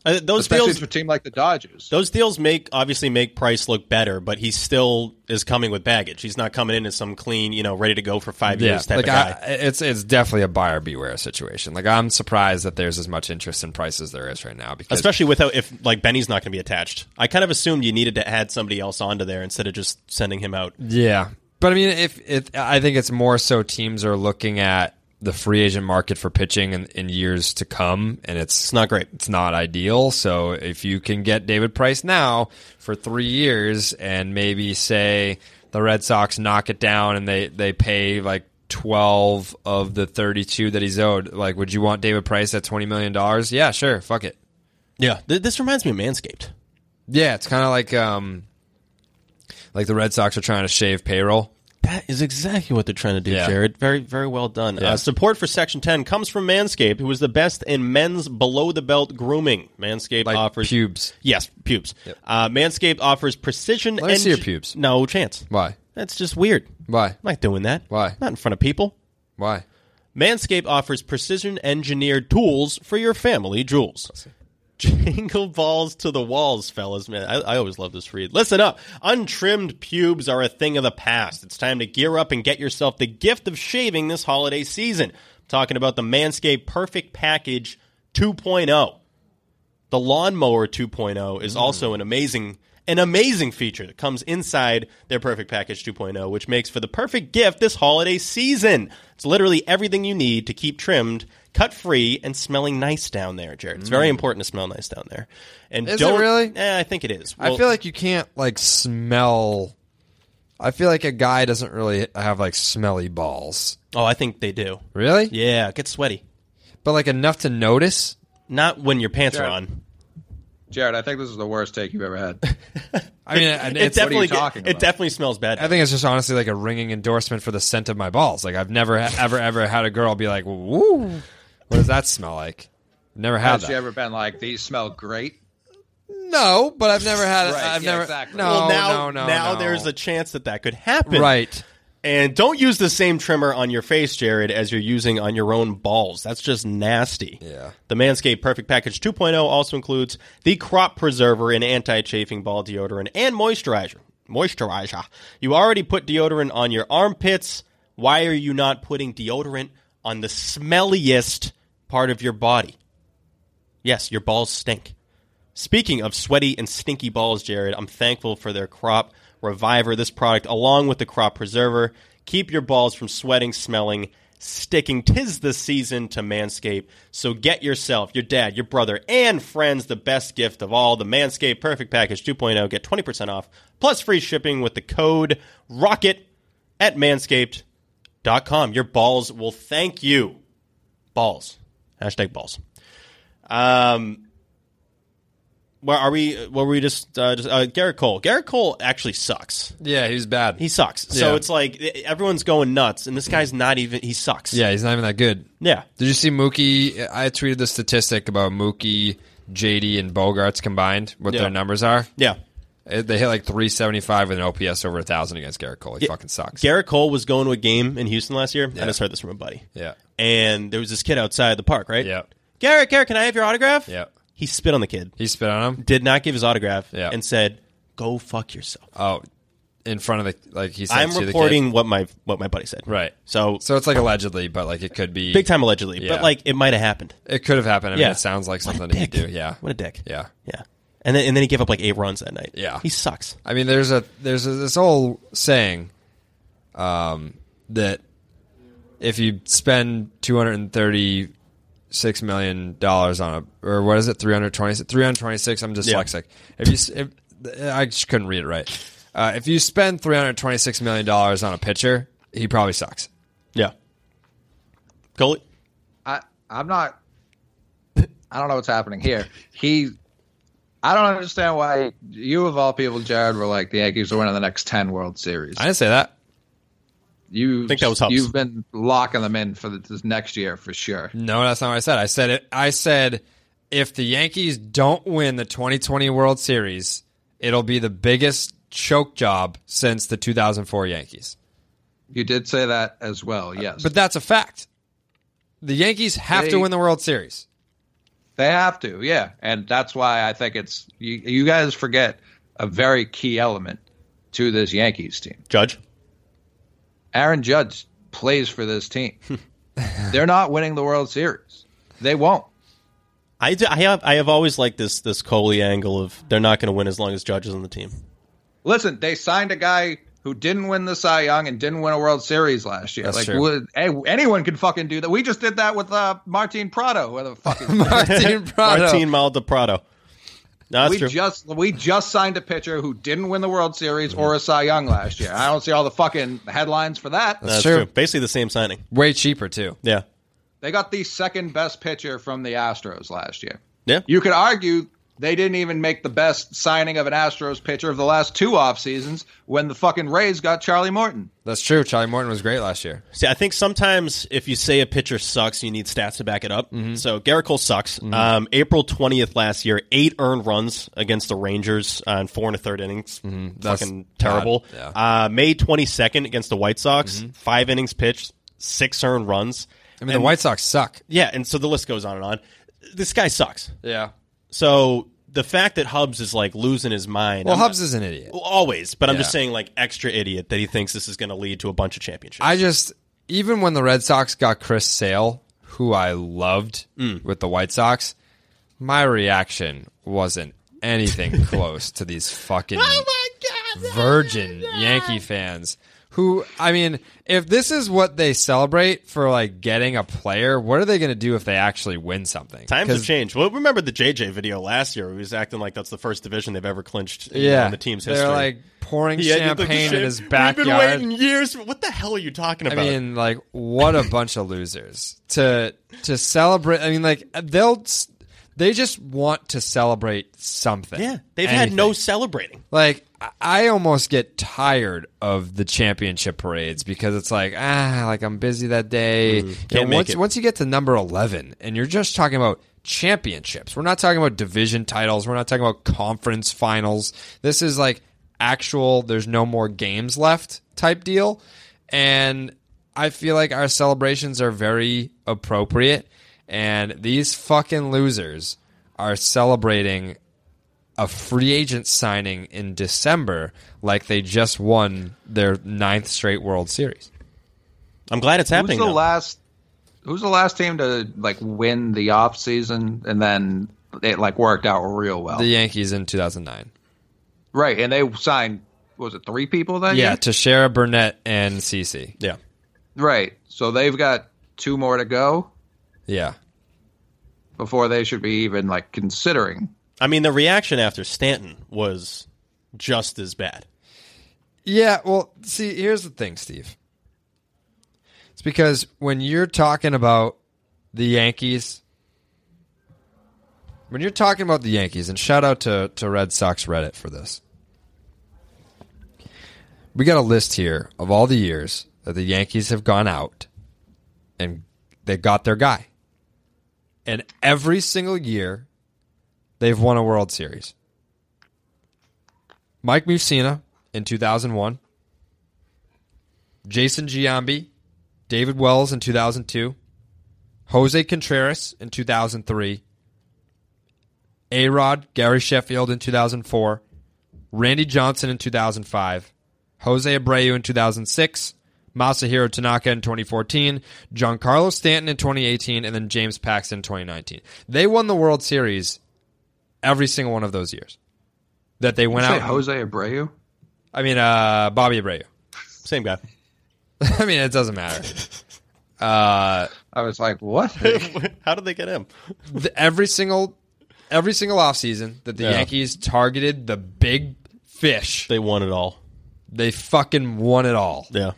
E: Uh, those
F: especially
E: deals
F: to a team like the Dodgers.
E: those deals make obviously make Price look better, but he still is coming with baggage. He's not coming in as some clean, you know, ready to go for five
D: Yeah,
E: years type
D: like
E: of guy.
D: I, it's it's definitely a buyer beware situation. Like I'm surprised that there's as much interest in price as there is right now. Because
E: Especially without if like Benny's not going to be attached. I kind of assumed you needed to add somebody else onto there instead of just sending him out.
D: Yeah, but I mean, if it, I think it's more so teams are looking at the free agent market for pitching in, in years to come, and it's
E: It's not great.
D: it's not ideal. So if you can get David Price now for three years, and maybe say the Red Sox knock it down and they they pay like. 12 of the 32 that he's owed. Like, would you want David Price at $20 million? Yeah, sure. Fuck it.
E: Yeah, Th- this reminds me of Manscaped.
D: Yeah, it's kind of like, um, like the Red Sox are trying to shave payroll.
E: That is exactly what they're trying to do,
D: Yeah.
E: Jared. Very, very well done. Uh, support for Section 10 comes from Manscaped, who is the best in men's below the belt grooming. Manscaped
D: Like
E: offers
D: pubes.
E: Yes, pubes. Uh, Manscaped offers precision.
D: Let me see
E: engi-
D: your pubes.
E: No chance.
D: Why?
E: That's just weird.
D: Why?
E: I'm not doing that.
D: Why?
E: Not in front of people.
D: Why?
E: Manscaped offers precision engineered tools for your family jewels. Jingle balls to the walls, fellas. Man, I, I always love this read. Listen up. Untrimmed pubes are a thing of the past. It's time to gear up and get yourself the gift of shaving this holiday season. I'm talking about the Manscaped Perfect Package oh. 2.0. The Lawnmower 2.0
D: Mm.
E: is also an amazing an amazing feature that comes inside their Perfect Package 2.0, which makes for the perfect gift this holiday season. It's literally everything you need to keep trimmed, cut free, and smelling nice down there, Jared. It's very important to smell nice down there. And
D: Mm. Is it
E: don't
D: really?
E: Eh, I think it is.
D: I feel like you can't like smell. I feel like a guy doesn't really have like smelly balls.
E: oh, I think they do.
D: Really?
E: Yeah, it gets sweaty.
D: But like enough to notice.
E: Not when your pants are
F: Jared.
E: on.
F: Jared, I think this is the worst take you've ever had.
D: I mean, and
E: It
D: it's.
F: def- what are you
E: definitely,
F: talking
E: it
F: about?
E: definitely smells bad.
D: I think it's just honestly like a ringing endorsement for the scent of my balls. Like I've never ever ever had a girl be like, "Woo, what does that smell like?" Never had
F: Has
D: that.
F: you ever been like, these smell great?
D: no, but I've never had.
F: Right,
D: I've
F: yeah,
D: never.
F: exactly.
D: No,
E: well, now,
D: Oh, no, no.
E: now
D: no.
E: there's a chance that that could happen.
D: right.
E: And don't use the same trimmer on your face, Jared, as you're using on your own balls. That's just nasty.
D: Yeah.
E: The Manscaped Perfect Package 2.0 also includes the crop preserver and anti-chafing ball deodorant and moisturizer. Moisturizer. You already put deodorant on your armpits, Why are you not putting deodorant on the smelliest part of your body? Yes, your balls stink. Speaking of sweaty and stinky balls, Jared, I'm thankful for their crop reviver, this product, along with the crop preserver. Keep your balls from sweating, smelling, sticking. Tis the season to manscape. So get yourself, your dad, your brother, and friends the best gift of all the Manscaped Perfect Package 2.0. Get 20% off plus free shipping with the code ROCKET at manscaped.com. Your balls will thank you. Balls. Hashtag balls. Um, where are we? Were we just uh, just uh, Garrett Cole? Garrett Cole actually sucks.
D: Yeah, he's bad.
E: He sucks. So
D: Yeah.
E: it's like eh, everyone's going nuts, and this guy's not even. He sucks.
D: yeah, he's not even that good.
E: Yeah.
D: Did you see Mookie? I tweeted the statistic about Mookie, JD, and Bogarts combined. What
E: Yeah.
D: their numbers are?
E: Yeah.
D: Eh, They hit like 375 with an OPS over a thousand against Garrett Cole. He fucking sucks.
E: Garrett Cole was going to a game in Houston last year. I just heard this from a buddy.
D: yeah,
E: And there was this kid outside the park, right?
D: Yeah.
E: Garrett, Garrett, can I have your autograph?
D: Yeah.
E: He spit on the kid.
D: he spit on him.
E: Did not give his autograph.
D: Yeah.
E: And said, "Go fuck yourself."
D: Oh, in front of the like he said
E: I'm
D: to the kid.
E: reporting what my what my buddy said.
D: Right.
E: So,
D: So it's like allegedly, but like it could be
E: big time allegedly,
D: Yeah.
E: but like it might have happened.
D: It could have happened. I mean,
E: Yeah.
D: it sounds like
E: What a
D: something he'd do.
E: dick.
D: Yeah.
E: What a dick.
D: Yeah.
E: Yeah. And then and then he gave up like eight runs that night.
D: Yeah.
E: He sucks.
D: I mean, there's a there's a, this whole saying, um, that if you spend two hundred and thirty six million dollars on a or what is it three hundred twenty three hundred twenty six? I'm dyslexic. If you s- if, I just couldn't read it right. Uh, if you spend three hundred twenty six million dollars on a pitcher, he probably sucks.
E: Yeah. Goalie.
F: I I'm not. I don't know what's happening here. He, I don't understand why you of all people, Jared, were like the Yankees are winning the next ten World Series.
D: I didn't say that.
F: you
E: think that was Hubs.
F: You've been locking them in for the, this next year for sure.
D: No, that's not what I said. I said it. I said if the Yankees don't win the 2020 World Series, it'll be the biggest choke job since the 2004 Yankees.
F: You did say that as
E: Uh,
F: well. Yes,
D: But that's a fact. The Yankees have
F: They-
D: to win the World Series.
F: They have to, yeah, and that's why I think it's you, you guys forget a very key element to this Yankees team.
E: Judge.
F: Aaron Judge plays for
E: (laughs)
F: this team. They're not winning the World Series. They won't.
E: I, do, I have I have always liked this this Coley angle of they're not going to win as long as Judge is on the team.
F: Listen, they signed a guy who didn't win the Cy Young and didn't win a World Series last year.
D: That's
F: like
D: true.
F: would- hey, anyone can fucking do that. We just did that with uh, Martin Prado. Where the fuck is
D: Martin (laughs) Prado.
E: Martin Maldonado. No, that's
F: we
E: true.
F: just we just signed a pitcher who didn't win the World Series or a Cy Young last year. I don't see all the fucking headlines for that.
E: that's
D: Sure.
E: true. Basically the same signing.
D: Way cheaper too.
E: Yeah.
F: They got the second best pitcher from the Astros last year.
E: Yeah.
F: You could argue they didn't even make the best signing of an Astros pitcher of the last two off seasons when the fucking Rays got Charlie Morton.
D: That's true. Charlie Morton was great last year.
E: See, I think sometimes if you say a pitcher sucks, you need stats to back it up.
D: Mm-hmm.
E: So Garrett Cole sucks. Um, April twentieth last year, eight earned runs against the Rangers uh, in four and a third innings.
D: Mm-hmm. That's
E: Fucking
D: bad.
E: terrible.
D: Yeah. Mm-hmm.
E: Uh, May twenty second against the White Sox, five innings pitched, six earned runs.
D: I mean, the White Sox suck.
E: Yeah, and so the list goes on and on. This guy sucks.
D: Yeah.
E: So the fact that Hubs is like losing his mind.
D: Well,
E: I'm-
D: Hubs is an idiot.
E: always, but I'm
D: Yeah.
E: just saying like extra idiot that he thinks this is going to lead to a bunch of championships.
D: I just even when the Red Sox got Chris Sale, who I loved
E: Mm.
D: with the White Sox, my reaction wasn't anything
E: (laughs)
D: close to these
E: Oh
D: fucking virgin Yankee fans. Who I mean, if this is what they celebrate for like getting a player, what are they going to do if they actually win something?
E: Times have
D: 'Cause-
E: changed. Well, remember the JJ video last year? He was acting like that's the first division they've ever clinched you know,
D: Yeah,
E: in the team's
D: they're
E: history.
D: like pouring
E: Yeah, you'd look like,
D: champagne in
E: "Shit,
D: his
E: We've been
D: backyard.
E: waiting years. For, what the hell are you talking about?
D: I mean, like, what a bunch of losers to to celebrate. I mean, like, they'll they just want to celebrate something.
E: yeah, they've had no
D: Anything.
E: celebrating.
D: Like, I- I almost get tired of the championship parades because it's like, ah, like I'm busy that day. You know,
E: Mm, can't make
D: once
E: it.
D: once you get to number eleven, and you're just talking about championships. We're not talking about division titles. We're not talking about conference finals. This is like actual. There's no more games left type deal, and I feel like our celebrations are very appropriate. And these fucking losers are celebrating a free agent signing in December, like they just won their ninth straight World Series.
E: I'm glad it's
F: Who's
E: happening.
F: the
E: now.
F: last? Who's the last team to like win the off season and then it like worked out real well?
D: The Yankees in 2009.
F: right, and they signed was it three people that
D: Yeah,
F: year?
D: Teixeira, Burnett, and CC.
E: yeah.
F: Right, so they've got two more to go
D: Yeah.
F: before they should be even like considering.
E: I mean, the reaction after Stanton was just as bad.
D: Yeah, well, see, here's the thing, Steve. It's because when you're talking about the Yankees, when you're talking about the Yankees, and shout out to, to Red Sox Reddit for this, we got a list here of all the years that the Yankees have gone out and they got their guy. And every single year, they've won a World Series. Mike Mussina in 2001, Jason Giambi, David Wells in 2002, Jose Contreras in 2003, A Rod, Gary Sheffield in 2004, Randy Johnson in 2005, Jose Abreu in 2006, Masahiro Tanaka in 2014, Giancarlo Stanton in 2018, and then James Paxton in 2019. They won the World Series every single one of those years. That they went
F: Say
D: out.
F: Jose Abreu.
D: I mean, uh, Bobby Abreu. (laughs)
E: Same guy.
D: I mean, it doesn't matter.
F: I was like, what? (laughs)
E: How did they get him?
D: The- every single, every single offseason that the
E: Yeah.
D: Yankees targeted the big fish,
E: They won it all.
D: they fucking won it all.
E: Yeah.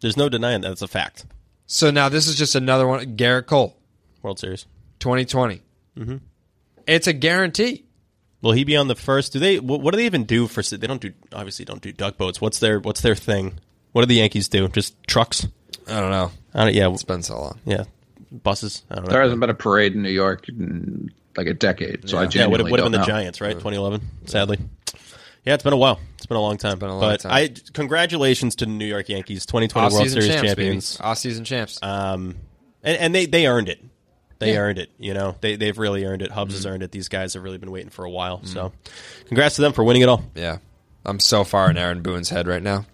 E: There's no denying that's a fact.
D: So now this is just another one. Garrett Cole,
E: World Series.
D: 2020. Mm-hmm. It's a guarantee.
E: Will he be on the first? Do they? wh- What do they even do for? They don't do obviously don't do duck boats. What's their What's their thing? What do the Yankees do? Just trucks?
D: I don't know.
E: I don't, yeah,
D: It's been so long.
E: yeah, buses. I don't know.
F: There hasn't been a parade in New York in like a decade, so I
E: yeah, would
F: genuinely
E: have, would have
F: don't
E: been the
F: know.
E: Giants, right? 2011, sadly. Yeah, it's been a while. It's been a long time.
D: been a long
E: but
D: time.
E: I congratulations to the New York Yankees, 2020 World
D: Offseason
E: Series
D: champs,
E: champions.
D: baby. Offseason champs.
E: Um, and, and they, they earned it. They
D: Yeah.
E: earned it. You know, they they've really earned it. Hubs has earned it. These guys have really been waiting for a while. So, congrats to them for winning it all.
D: yeah, I'm so far in Aaron Boone's head right now.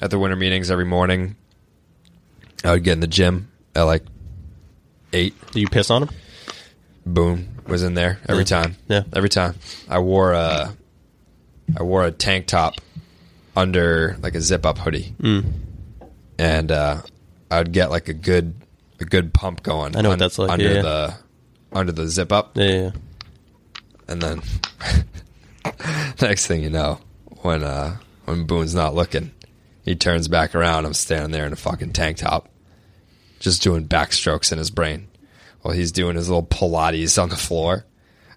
D: At the winter meetings every morning, I would get in the gym at like eight.
E: Do you piss on them?
D: Boom was in there every
E: Yeah.
D: time.
E: Yeah.
D: every time. I wore a, I wore a tank top under like a zip up hoodie,
E: Mm.
D: and uh, I'd get like a good a good pump going.
E: I know what that's like,
D: under
E: yeah.
D: the under the zip up,
E: Yeah, yeah, yeah.
D: and then (laughs) next thing you know, when uh, when Boone's not looking, he turns back around. I'm standing there in a fucking tank top, just doing backstrokes in his brain while he's doing his little Pilates on the floor,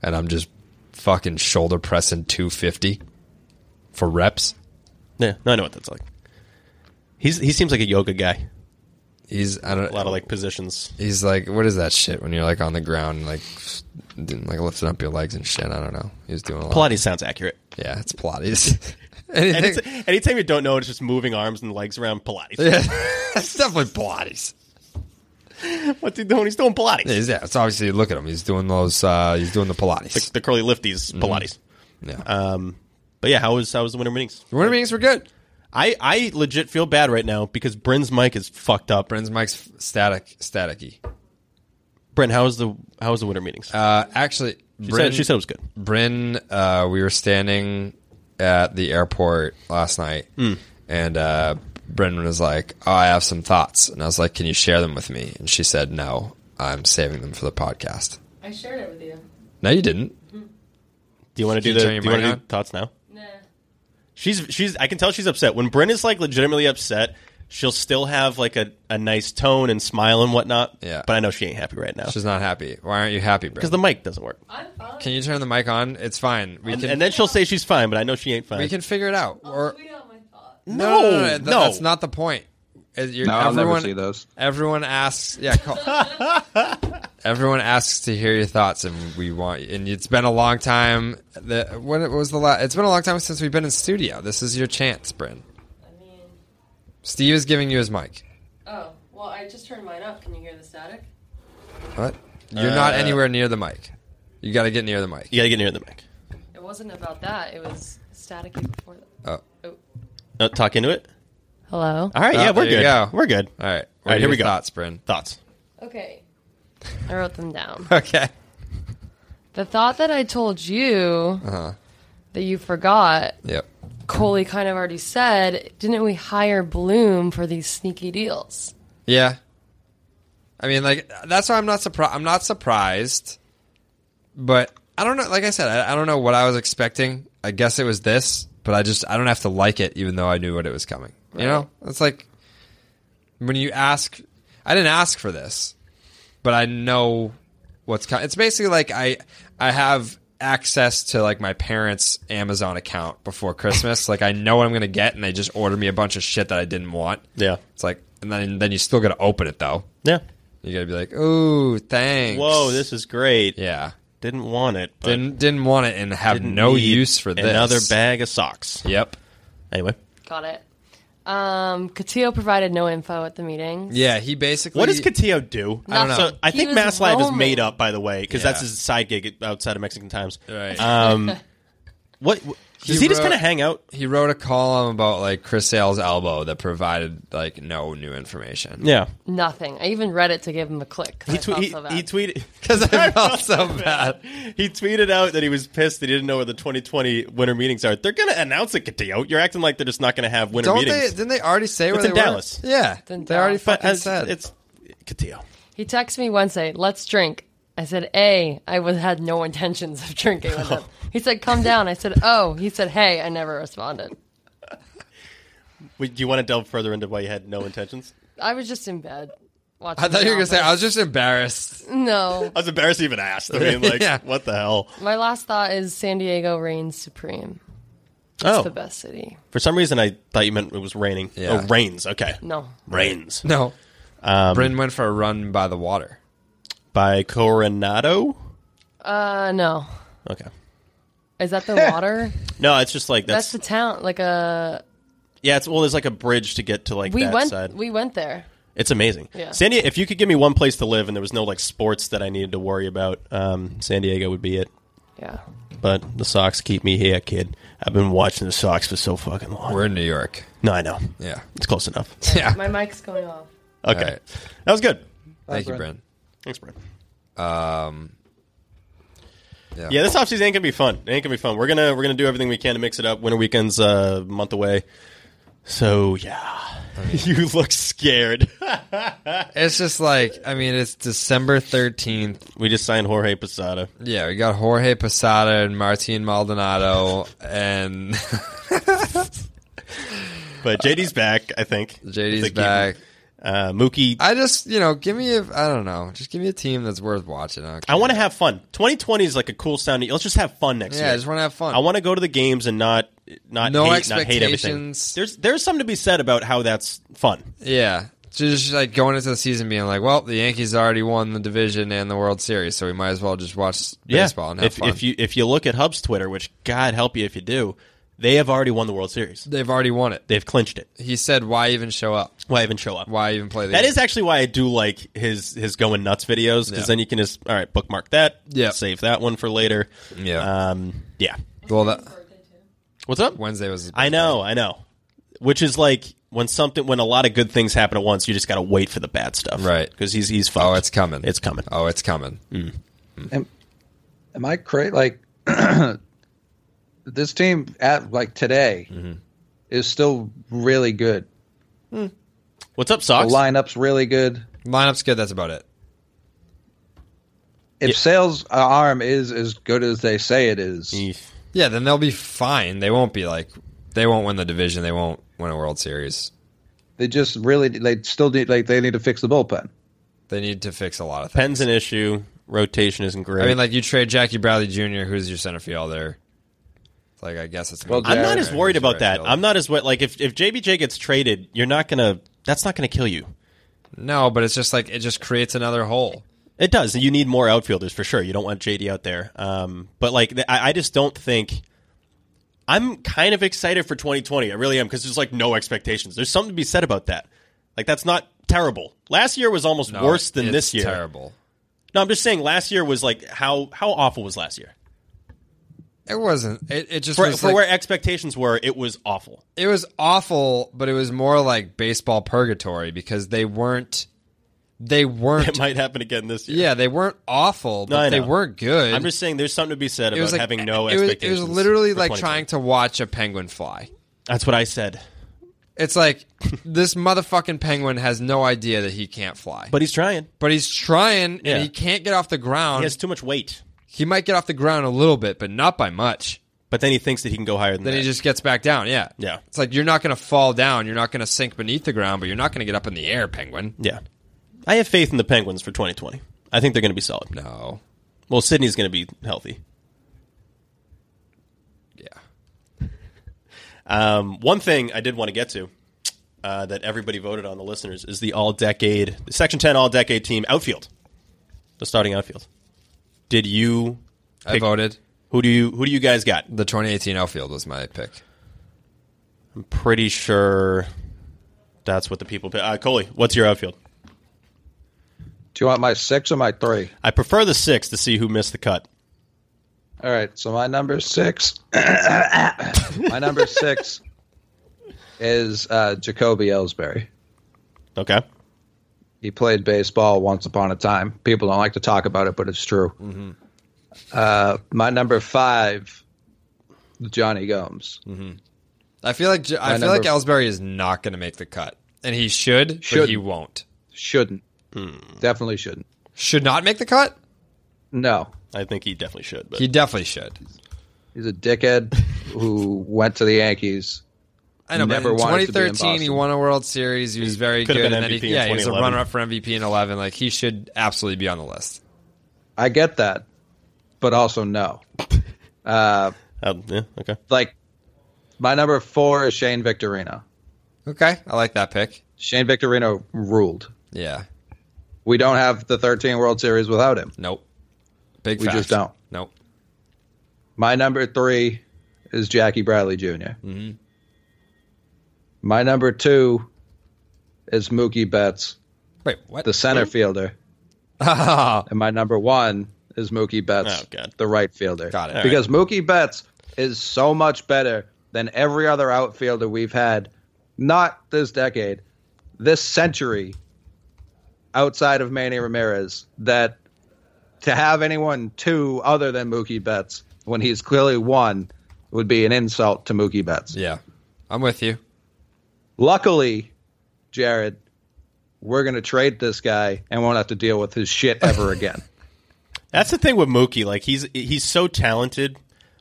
D: and I'm just fucking shoulder pressing 250 for reps.
E: Yeah, no, I know what that's like. He's he seems like a yoga guy.
D: He's I don't
E: A lot of like positions.
D: he's like what is that shit when you're like on the ground and, like didn't like lifting up your legs and shit. I don't know. He was doing a lot.
E: Pilates sounds accurate.
D: Yeah, it's Pilates. (laughs)
E: And
D: Anything.
E: it's, anytime you don't know, it's just moving arms and legs around Pilates.
D: (laughs) It's definitely Pilates.
E: (laughs) What's he doing? He's doing Pilates.
D: Is that? It's obviously look at him. He's doing those. Uh, he's doing the Pilates.
E: The, the curly lifties, Pilates.
D: Mm-hmm. Yeah.
E: Um, but yeah, how was how was the winter meetings?
D: Winter meetings were good.
E: I I legit feel bad right now because Bryn's mic is fucked up. Bryn,
D: Bryn's mic's f- static, staticky.
E: Bryn how was the how was the winter meetings?
D: Uh, actually,
E: she,
D: Bryn,
E: said, she said it was good.
D: Bryn, uh, we were standing at the airport last night, and uh, Bryn was like, "Oh, I have some thoughts," and I was like, "Can you share them with me?" And she said, "No, I'm saving them for the podcast."
G: I shared it with you.
D: No, you didn't.
E: Do you want
D: Can
E: to do
D: you
E: the
D: turn
E: do
D: your
E: you
D: mic
E: want to do
D: on?
E: thoughts now?
G: Nah.
E: She's she's I can tell she's upset. When Bryn is like legitimately upset, she'll still have like a, a nice tone and smile and whatnot.
D: Yeah.
E: But I know she ain't happy right now.
D: She's not happy. Why aren't you happy, Bryn?
E: Because the mic doesn't work.
G: I'm fine.
D: can you turn the mic on? It's fine. We
E: And,
D: can.
E: and then she'll say she's fine, but I know she ain't fine.
D: we can figure it out.
G: I'll
D: Or
G: tweet out my thoughts.
D: No, no, no, no,
E: No,
D: th-
E: no.
D: that's not the point. Uh, you're-
F: No, I'll never
D: everyone,
F: see those.
D: Everyone asks, yeah.
E: (laughs)
D: Call, everyone asks to hear your thoughts, and we want. And it's been a long time. That when it was the last. It's been a long time since we've been in studio. This is your chance, Bryn.
G: I mean,
D: Steve is giving you his mic.
G: oh, well, I just turned mine off. Can you hear the static?
D: What? You're not
E: Uh,
D: anywhere near the mic. You got to get near the mic.
E: You gotta get near the mic.
G: It wasn't about that. It was staticky before that.
D: Oh,
G: Oh.
E: Uh, talk into it.
B: Hello.
E: All right,
D: Oh,
E: yeah, we're
D: there you
E: good.
D: go.
E: We're good.
D: All right.
E: All right,
D: Read
E: here we
D: your
E: go.
D: Thoughts, Bryn. (laughs)
E: Thoughts.
G: Okay. I wrote them down.
D: Okay.
G: The thought that I told you
E: Uh-huh.
G: that you forgot,
D: Yep.
G: Coley kind of already said, didn't we hire Bloom for these sneaky deals?
D: Yeah. I mean, like that's why I'm not surprised. I'm not surprised, but I don't know. Like I said, I, I don't know what I was expecting. I guess it was this, but I just I don't have to like it, even though I knew what it was coming. You know, it's like when you ask. I didn't ask for this, but I know what's coming. It's basically like I I have access to like my parents' Amazon account before Christmas. like I know what I'm gonna get, and they just order me a bunch of shit that I didn't want.
E: Yeah.
D: It's like, and then then you still got to open it though.
E: Yeah.
D: You got to be like, "Ooh, thanks."
E: Whoa, this is great.
D: yeah.
E: Didn't want it. But
D: Didn't didn't want it and have
E: didn't
D: no
E: need
D: use for this.
E: Another bag of socks.
D: Yep.
E: Anyway,
G: Got it. Um, Cotillo provided no info at the meetings.
D: Yeah, he basically.
E: what does Cotillo do?
D: I don't know.
E: So I
G: He
E: think
G: was
E: Mass Live is
G: roaming.
E: made up, by the way, because that's
D: Yeah.
E: his side gig outside of Mexican Times.
D: Right.
E: Um, what does he, just
D: wrote-
E: kind of hang out?
D: he wrote a column about like Chris Sale's elbow that provided like no new information. (laughs)
E: Yeah,
G: Nothing. I even read it to give him a click.
E: he,
G: He,
E: twe- he, he (laughs) tweeted
D: Because I felt so bad.
E: He tweeted out that he was pissed that he didn't know where the 2020 winter meetings are. They're going to announce it, Cotillo. You're acting like they're just not going to have winter
D: Don't they?
E: meetings.
D: Didn't they already say where
E: It's
D: they
E: in
D: were?
E: Dallas.
D: Yeah,
G: in
D: they already
G: Dallas.
E: but
D: fucking
E: as,
D: said
E: it's Cotillo.
G: He texted me Wednesday, let's drink. I said, A, I was, had no intentions of drinking
D: (laughs)
G: with him. He said, come down. I said, oh. He said, hey. I never responded.
E: Wait, Do you want to delve further into why you had no intentions?
G: I was just in bed watching.
D: I thought
G: The
D: you were gonna say I
G: Office.
D: was just
G: (laughs)
D: embarrassed.
G: No.
E: I was embarrassed to even ask. I
D: (laughs)
E: mean, like,
D: Yeah.
E: what the hell?
G: My last thought is San Diego reigns supreme. It's the
E: Oh,
G: best city.
E: for some reason, I thought you meant it was raining.
D: Yeah.
E: Oh, rains. Okay.
G: No.
E: Rains.
D: No,
E: Um,
D: Bryn went for a run by the water.
E: By Coronado?
G: Uh, no.
E: Okay.
G: Is
D: (laughs)
G: that the water?
E: No, it's just like that's,
G: That's the town. Like a
E: yeah. It's well, there's like a bridge to get to like
G: we
E: that
G: went.
E: side.
G: We went there.
E: It's amazing.
G: Yeah.
E: San Diego, if you could give me one place to live and there was no like sports that I needed to worry about, um, San Diego would be it.
G: Yeah.
E: But the Sox keep me here, kid. I've been watching the Sox for so fucking long.
D: We're in New York.
E: no, I know.
D: Yeah.
E: It's close enough.
D: Yeah.
G: My mic's going off.
E: Okay.
D: All right.
E: That was good.
D: Thank you, Bryn.
E: Thanks, Brad.
D: Yeah.
E: Yeah, this offseason ain't gonna be fun. It ain't gonna be fun. We're gonna we're gonna do everything we can to mix it up. Winter weekend's uh, a month away. So yeah. (laughs) you look scared. (laughs)
D: It's just like I mean, it's December thirteenth.
E: we just signed Jorge Posada.
D: Yeah, we got Jorge Posada and Martin Maldonado, and
E: But JD's back, I think. If they
D: JD's
E: keep him.
D: back.
E: Uh, Mookie
D: (laughs) I just you know, give me a I don't know, just give me a team that's worth watching. I, don't
E: I
D: care.
E: want to have fun. 2020 is like a cool sounding. Let's just have fun next
D: yeah,
E: year.
D: I just want to have fun.
E: I want to go to the games and not not
D: No
E: hate, not hate everything.
D: expectations.
E: There's there's something to be said about how that's fun.
D: yeah, So just like going into the season being like, well, the Yankees already won the division and the World Series, so we might as well just watch baseball and have
E: if
D: fun.
E: if you if you look at Hub's Twitter, which God help you if you do, they have already won the World Series.
D: They've already won it.
E: They've clinched it.
D: He said, "Why even show up?
E: Why even show up?
D: Why even play the
E: That
D: game?
E: is actually why I do like his his going nuts videos because
D: Yeah.
E: then you can just all right bookmark that.
D: Yeah.
E: save that one for later.
D: Yeah.
E: um, yeah.
D: Well, that
E: What's up?
D: Wednesday was. his
E: I
D: birthday.
E: know, I know. Which is like when something when a lot of good things happen at once, you just got to wait for the bad stuff,
D: Right.
E: Because he's he's fucked.
D: Oh, it's coming.
E: It's coming. Mm.
D: Oh, it's coming.
F: Am, am I crazy? Like (clears throat) this team at like today is still really good.
E: What's up,
F: The
E: socks?
F: lineup's really good.
D: Lineup's good. That's about it.
F: If Sales' arm is as good as they say it is,
E: Eef.
D: Yeah, then they'll be fine. They won't be like they won't win the division. They won't win a World Series.
F: they just really they still need like they need to fix the bullpen.
D: They need to fix a lot of things.
E: Pen's an issue. Rotation isn't great.
D: I mean, like you trade Jackie Bradley Jr., who's your center fielder. It's Like I guess it's.
F: Well,
E: I'm not
F: Jared
E: as worried about that. I'm
D: not.
E: not as what like if if JBJ gets traded, you're not gonna. That's not gonna kill you.
D: No, but it's just like it just creates another hole.
E: It does. You need more outfielders for sure. You don't want JD out there. Um, but like, th- I, I just don't think. I'm kind of excited for 2020. I really am because there's like no expectations. There's something to be said about that. Like that's not terrible. Last year was almost
D: No,
E: worse than
D: it's
E: this year.
D: Terrible.
E: No, I'm just saying. Last year was like how how awful was last year?
D: It wasn't. It, it just
E: For,
D: was
E: for
D: like-
E: where expectations were, it was
D: (laughs)
E: awful.
D: it was awful, but it was more like baseball purgatory because they weren't. They weren't.
E: (laughs) It might happen again this year.
D: yeah, they weren't awful, but
E: I
D: they
E: know.
D: weren't good.
E: I'm just saying there's something to be said
D: It
E: about
D: was like
E: having no
D: it was, it
E: expectations.
D: was literally
E: for
D: like
E: 2020.
D: trying to watch a penguin fly.
E: That's what I said.
D: It's
E: (laughs)
D: like this motherfucking penguin has no idea that he can't fly,
E: But he's trying.
D: but he's trying
E: Yeah.
D: and he can't get off the ground.
E: He has too much weight.
D: he might get off the ground a little bit, but not by much.
E: But then he thinks that he can go higher than
D: Then
E: that.
D: he just gets back down. Yeah,
E: Yeah.
D: It's like you're not going to fall down. You're not going to sink beneath the ground, but you're not going to get up in the air, penguin.
E: yeah. I have faith in the Penguins for 2020. I think they're going to be solid.
D: No.
E: Well, Sydney's going to be healthy.
D: Yeah.
E: Um, one thing I did want to get to uh, that everybody voted on the listeners is the all decade, the Section 10 all decade team outfield, the starting outfield. Did you
D: I
E: Pick-
D: voted.
E: who do you who do you guys got?
D: The 2018 outfield was my pick.
E: I'm pretty sure that's what the people pick. Uh, Coley, what's your outfield?
F: Do you want my six or my three?
E: I prefer the six to see who missed the cut.
F: All right, so my number six, (coughs) my number six is uh, Jacoby Ellsbury.
E: Okay.
F: He played baseball once upon a time. People don't like to talk about it, but it's true. Uh, my number five, Johnny Gomes.
D: I feel like J- I
F: My
D: feel like
F: number-
D: Ellsbury is not going to make the cut, and he should, but he
F: Shouldn't.
D: won't.
F: Shouldn't. Definitely shouldn't.
D: Should not make the cut.
F: No.
E: I think he definitely should. But
D: He definitely should.
F: He's a dickhead (laughs) who went to the Yankees.
D: I know,
F: Never
D: but in
F: wanted to be in
D: 2013 he
F: Boston.
D: won a World Series. He was very
E: could've
D: good,
E: been
D: and then he,
E: MVP in
D: yeah, he was a
E: 2011.
D: runner-up for MVP in 11. Like he should absolutely be on the list.
F: I get that, but also no. Uh,
E: um, yeah, okay.
F: like, my number four is Shane Victorino.
D: Okay, I like that pick.
F: Shane Victorino ruled.
D: Yeah.
F: We don't have the 13 World Series without him.
D: Nope. Big.
F: We
D: fact.
F: just don't.
D: Nope.
F: My number three is Jackie Bradley junior Mm-hmm. My number two is Mookie Betts,
D: Wait, what? Oh.
F: the
D: (laughs)
F: center fielder,
D: Got
F: and my number one is Mookie Betts,
E: Oh, God.
F: the right fielder.
D: it.
F: Because Mookie Betts is so much better than every other outfielder we've had, not this decade, this century, outside of Manny Ramirez, that to have anyone two other than Mookie Betts when he's clearly one would be an insult to Mookie Betts.
D: Yeah, I'm with you.
F: Luckily, Jared, we're going to trade this guy and won't have to deal with his shit ever again.
E: That's the thing with Mookie. Like he's he's so talented,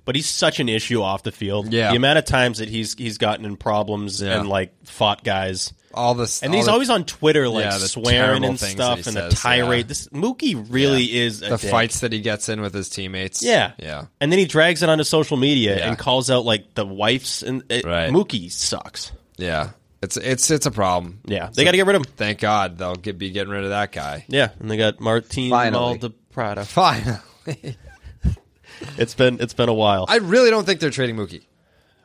E: but he's such an issue off the field.
D: Yeah.
E: The amount of times that he's he's gotten in problems
D: Yeah.
E: and like fought guys.
D: All this,
E: And
D: all
E: he's
D: the-
E: always on Twitter, like
D: Yeah, the
E: swearing
D: terrible
E: and
D: things
E: stuff,
D: that
E: and
D: he
E: the
D: says,
E: tirade.
D: yeah.
E: This Mookie really is a
D: the
E: dick.
D: fights that he gets in with his teammates.
E: Yeah,
D: yeah.
E: And then he drags it onto social media
D: Yeah.
E: and calls out like the wives and it,
D: Right.
E: Mookie sucks.
D: Yeah, it's it's it's a problem.
E: Yeah, they got to get rid of him.
D: Thank God they'll get, be getting rid of that
E: (laughs)
D: guy.
E: Yeah, and they got Martin
F: Finally.
E: Maldonado.
D: Fine.
E: It's been it's been a while. I,
D: I really don't think they're trading Mookie.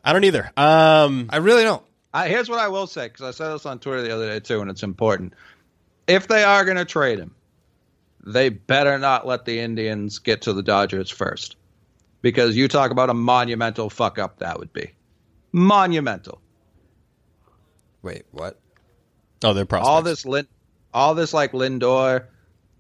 E: don't either. Um,
D: I really don't.
F: I, here's what I will say because I said this on Twitter the other day too, and it's important. If they are going to trade him, they better not let the Indians get to the Dodgers first, because you talk about a monumental fuck up that would be, monumental.
D: Wait, what?
E: oh, they're prospects.
F: All this Lin, all this like Lindor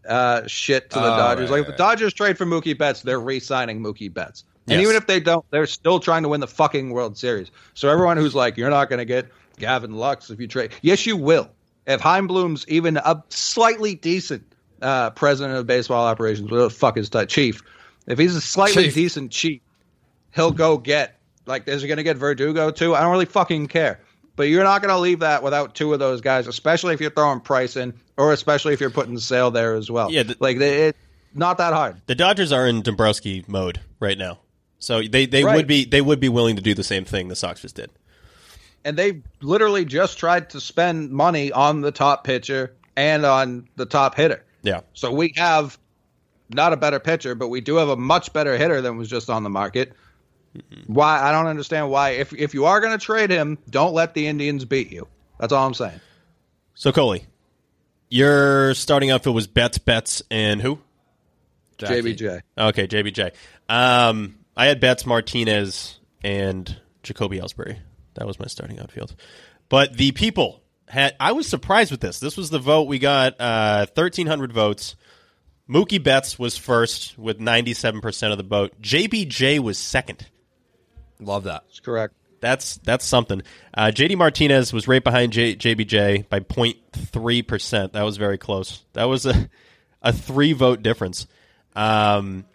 F: uh, shit to the
D: Oh,
F: Dodgers.
D: right,
F: like if
D: right.
F: the Dodgers trade for Mookie Betts, they're re-signing Mookie Betts. And
E: Yes.
F: even if they don't, they're still trying to win the fucking World Series. So everyone who's like, you're not going to get Gavin Lux if you trade, yes, you will. If Heimblum's even a slightly decent uh, president of baseball operations, whatever the fuck is that chief? If he's a slightly
D: Chief.
F: decent chief, he'll go get like is he going to get Verdugo too? I don't really fucking care. But you're not going to leave that without two of those guys, especially if you're throwing price in, or especially if you're putting Sale there as well.
E: Yeah, the-
F: like they, it, not that hard.
E: the Dodgers are in Dombrowski mode right now, so they they
F: Right.
E: would be they would be willing to do the same thing the Sox just did.
F: And they literally just tried to spend money on the top pitcher and on the top hitter.
E: Yeah,
F: So we have not a better pitcher, but we do have a much better hitter than was just on the market.
E: Mm-hmm.
F: Why I don't understand why if if you are going to trade him, don't let the Indians beat you. That's all I'm saying.
E: So Coley, your starting outfield was Betts, Betts, and who?
D: Jackie.
F: JBJ.
E: Okay, JBJ. Um, I had Bats Martinez and Jacoby Ellsbury. That was my starting outfield. But the people had. I was surprised with this. This was the vote we got. Uh, Thirteen hundred votes. Mookie Betts was first with ninety-seven percent of the vote. JBJ was second.
D: Love that.
F: That's correct.
E: That's that's something. Uh, JD Martinez was right behind J- JBJ by 0.3 percent. That was very close. That was a a three vote difference. Um,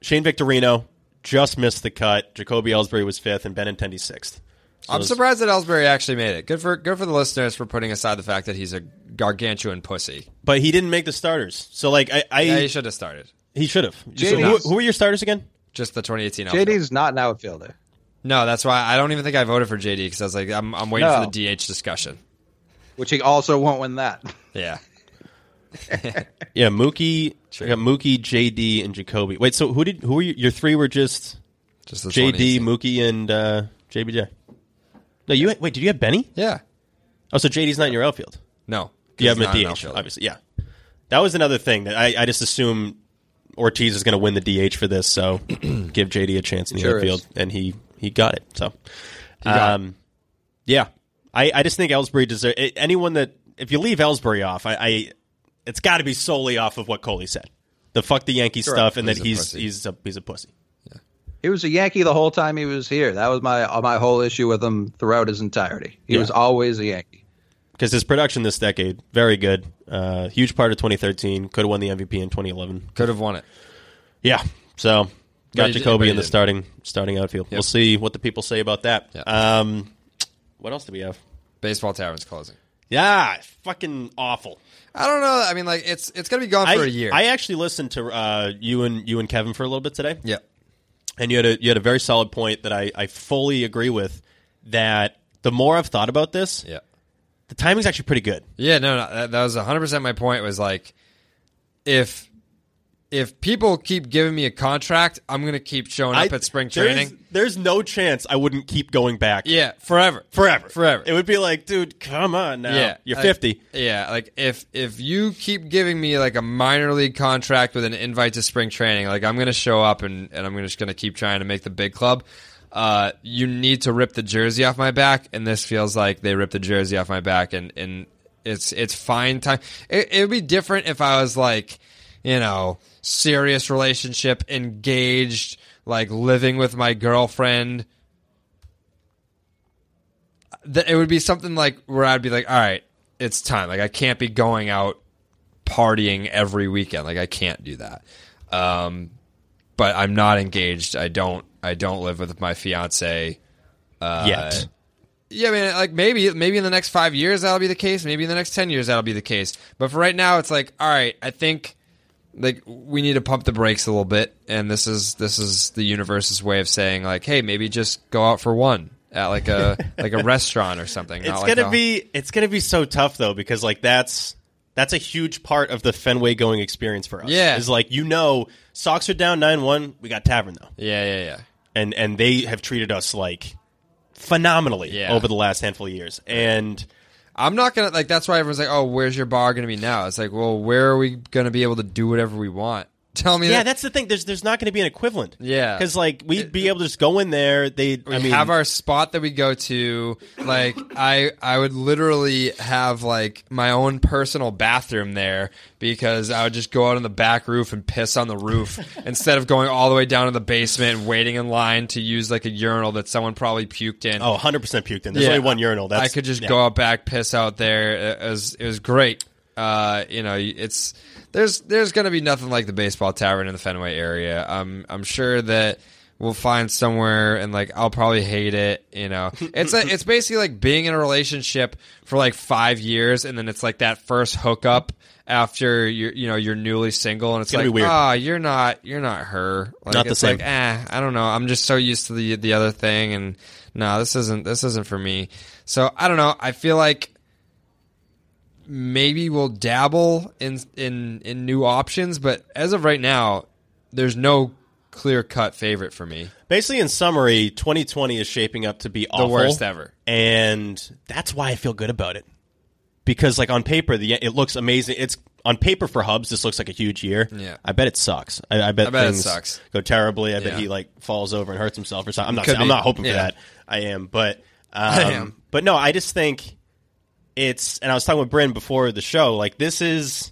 E: Shane Victorino just missed the cut. Jacoby Ellsbury was fifth, and Benintendi sixth. So
D: I'm
E: those-
D: surprised that Ellsbury actually made it. Good for good for the listeners for putting aside the fact that he's a gargantuan pussy.
E: but he didn't make the starters. So like I, I
D: Yeah, he should have started.
E: he should have. So
F: JD
E: who, who were your starters again?
D: Just the 2018 outfield.
F: JD's not an outfielder.
D: No, that's why I don't even think I voted for JD because I was like, I'm, I'm waiting
F: No.
D: for the DH discussion.
F: which he also won't win that. (laughs)
D: Yeah.
E: Yeah, Mookie. I got Mookie, JD, and Jacoby. Wait, so who did who were you, your three? Were just
D: Just the
E: JD,
D: 2018.
E: Mookie, and uh, JBJ. No, you wait. Did you have Benny?
D: Yeah.
E: Oh, so JD's not in your outfield.
D: No.
E: You have
D: He's
E: him
D: not an
E: at DH,
D: outfielder.
E: obviously. Yeah, that was another thing that I, I just assume Ortiz is going to win the DH for this. So (clears throat) give JD a chance in the
F: Sure
E: outfield,
F: is.
E: and he he got it. So,
D: got it.
E: um, yeah, I, I just think Ellsbury deserves anyone that if you leave Ellsbury off, I, I it's got to be solely off of what Coley said. The fuck the Yankee stuff, and
D: He's
E: that
D: a
E: he's
D: pussy.
E: he's a he's a pussy.
F: He was a Yankee the whole time he was here. That was my uh, my whole issue with him throughout his entirety. He
E: Yeah.
F: was always a Yankee.
E: because his production this decade very good uh huge part of 2013 could have won the mvp in 2011
D: Could have won it.
E: yeah so
D: But
E: got
D: he- but
E: jacoby
D: he
E: in the
D: didn't.
E: starting starting outfield we'll see what the people say about that
D: Yeah.
E: um what else do we have
D: Baseball Tavern's closing.
E: yeah fucking awful
D: I don't know. I mean, like, it's it's going to be gone
E: I,
D: for a year.
E: I actually listened to uh you and you and kevin for a little bit today
D: yeah.
E: and you had a you had a very solid point that i i fully agree with that the more i've thought about this
D: Yeah.
E: the timing's actually pretty good
D: Yeah, no, no that, that was 100% my point was like if if people keep giving me a contract, I'm going to keep showing up
E: I-
D: at spring
E: there's-
D: training.
E: there's no chance i wouldn't keep going back
D: Yeah, forever.
E: forever,
D: Forever.
E: It would be like, dude, come on now.
D: yeah.
E: you're
D: like-
E: 50.
D: yeah, like if if you keep giving me like a minor league contract with an invite to spring training, like I'm going to show up and and I'm just going to keep trying to make the big club. Uh, you need to rip the jersey off my back, and this feels like they ripped the jersey off my back, and and it's it's fine time. It, it would be different if I was like, you know, serious relationship, engaged, like living with my girlfriend, that it would be something like where I'd be like, all right, it's time. Like I can't be going out partying every weekend. Like I can't do that. Um, but I'm not engaged. I don't. I don't live with my fiance. Uh,
E: Yet.
D: Yeah, I mean, like maybe maybe in the next five years that'll be the case. Maybe in the next ten years that'll be the case. But for right now, it's like, all right, I think like we need to pump the brakes a little bit. And this is this is the universe's way of saying like, hey, maybe just go out for one at like
E: (laughs)
D: a like a restaurant or something. not
E: It's
D: like
E: gonna
D: a-
E: be it's gonna be so tough though because like that's that's a huge part of the Fenway going experience for us.
D: Yeah.
E: is like you know, Sox are down nine one. We got Tavern though,
D: yeah, yeah, yeah.
E: and and they have treated us like phenomenally
D: Yeah.
E: over the last handful of years. And
D: I'm not gonna like. That's why everyone's like, "Oh, where's your bar gonna be now?" It's like, well, where are we gonna be able to do whatever we want? (laughs) Tell me.
E: yeah,
D: that,
E: that's the thing. There's there's not going to be an equivalent.
D: Yeah.
E: because like we'd be able to just go in there. They
D: we
E: I mean
D: have our spot that we go to. Like, I I would literally have like my own personal bathroom there because I would just go out on the back roof and piss on the
E: (laughs)
D: roof instead of going all the way down to the basement and waiting in line to use like a urinal that someone probably puked in.
E: oh 100 percent puked in. There's only one urinal. That's,
D: I could just
E: yeah.
D: go out back, piss out there. It was it was great. Uh, you know, it's there's there's gonna be nothing like the baseball tavern in the Fenway area. I'm I'm sure that we'll find somewhere, and like I'll probably hate it. You
E: (laughs)
D: know, it's a, it's basically like being in a relationship for like five years, and then it's like that first hookup after you're you know you're newly single, and it's,
E: gonna
D: like
E: be weird.
D: ah, you're not you're not her. Like,
E: Not the
D: it's
E: same.
D: Like, eh, I don't know. I'm just so used to the the other thing, and no, this isn't this isn't for me. So I don't know. I feel like maybe we'll dabble in in in new options, but as of right now, there's no clear cut favorite for me.
E: Basically, in summary, 2020 is shaping up to be awful.
D: worst ever.
E: and that's why I feel good about it because, like on paper, the it looks amazing. It's on paper for Hubs, this looks like a huge year.
D: Yeah.
E: I bet it sucks. I, I bet
D: I bet it
E: things
D: sucks.
E: go terribly. I bet
D: Yeah.
E: he like falls over and hurts himself or something. I'm not.
D: Could
E: saying- I'm
D: be.
E: not hoping
D: Yeah.
E: for that. I am, but
D: (laughs)
E: um,
D: am.
E: But no, I just think it's. And I was talking with Bryn before the show. Like this is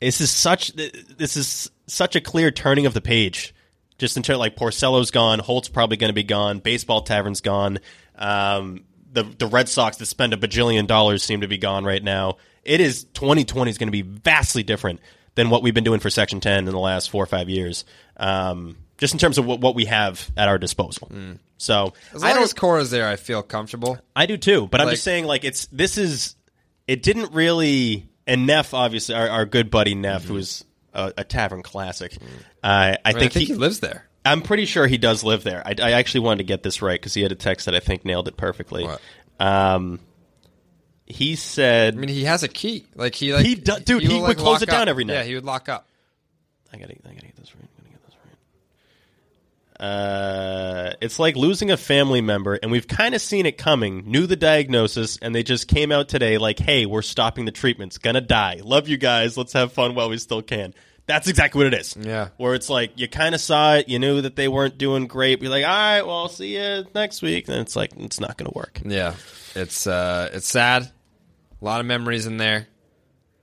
E: this is such this is such a clear turning of the page. Just until like Porcello's gone, Holt's probably going to be gone, baseball tavern's gone. Um, the the Red Sox that spend a bajillion dollars seem to be gone right now. It is 2020 is going to be vastly different than what we've been doing for Section 10 in the last four or five years. Um, just in terms of what, what we have at our disposal. So
D: As
E: I
D: long
E: don't
D: as Cora's there, I feel comfortable.
E: I do too, but I'm
D: Like-
E: just saying, like, it's this is it didn't really. And Neff, obviously, our, our good buddy Neff, who's a, a tavern classic. Uh, I,
D: Mm-hmm. Mm. I,
E: think
D: think he,
E: he,
D: lives there.
E: I'm pretty sure he does live there. I, I actually wanted to get this right because he had a text that I think nailed it perfectly.
D: What?
E: Um, he said,
D: I mean, he has a key. Like he, like
E: He do- dude, he would close
D: lock
E: it down
D: up.
E: every night.
D: Yeah, he would lock up.
E: I gotta, I gotta get this right. I gotta get this right. Uh, it's like losing a family member, and we've kind of seen it coming. Knew the diagnosis, and they just came out today like, "Hey, we're stopping the treatments. Gonna die. Love you guys. Let's have fun while we still can." That's exactly what it is.
D: Yeah.
E: Where it's like you kind of saw it, you knew that they weren't doing great. You're like, "All right, well, I'll see you next week." And it's like it's not gonna work.
D: Yeah, it's uh, it's sad. A lot of memories in there.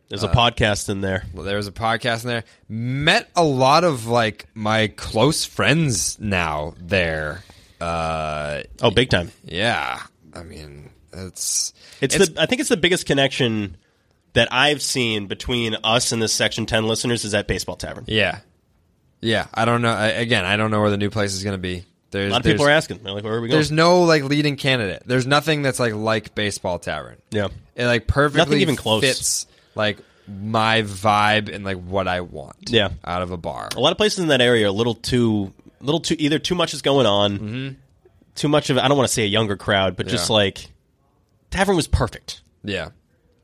E: There's a podcast in there.
D: Well, there was a podcast in there. Met a lot of like my close friends now there. Uh,
E: Oh, big time.
D: yeah. I mean, it's
E: It's,
D: It's-
E: the I think it's the biggest connection that I've seen between us and the Section Ten listeners is at Baseball Tavern.
D: yeah, yeah. I don't know. I, again, I don't know where the new place is going to be. There's
E: A lot of people
D: there's-
E: are asking, they're like, "Where are we going?"
D: There's no like leading candidate. There's nothing that's like like baseball tavern.
E: Yeah.
D: It like perfectly
E: Nothing even close.
D: fits like my vibe and like what I want.
E: Yeah.
D: Out of a bar.
E: a lot of places in that area are a little too, little too. Either too much is going on, too much of. I don't want to say a younger crowd, but just
D: Mm-hmm. Yeah.
E: like Tavern was perfect,
D: Yeah.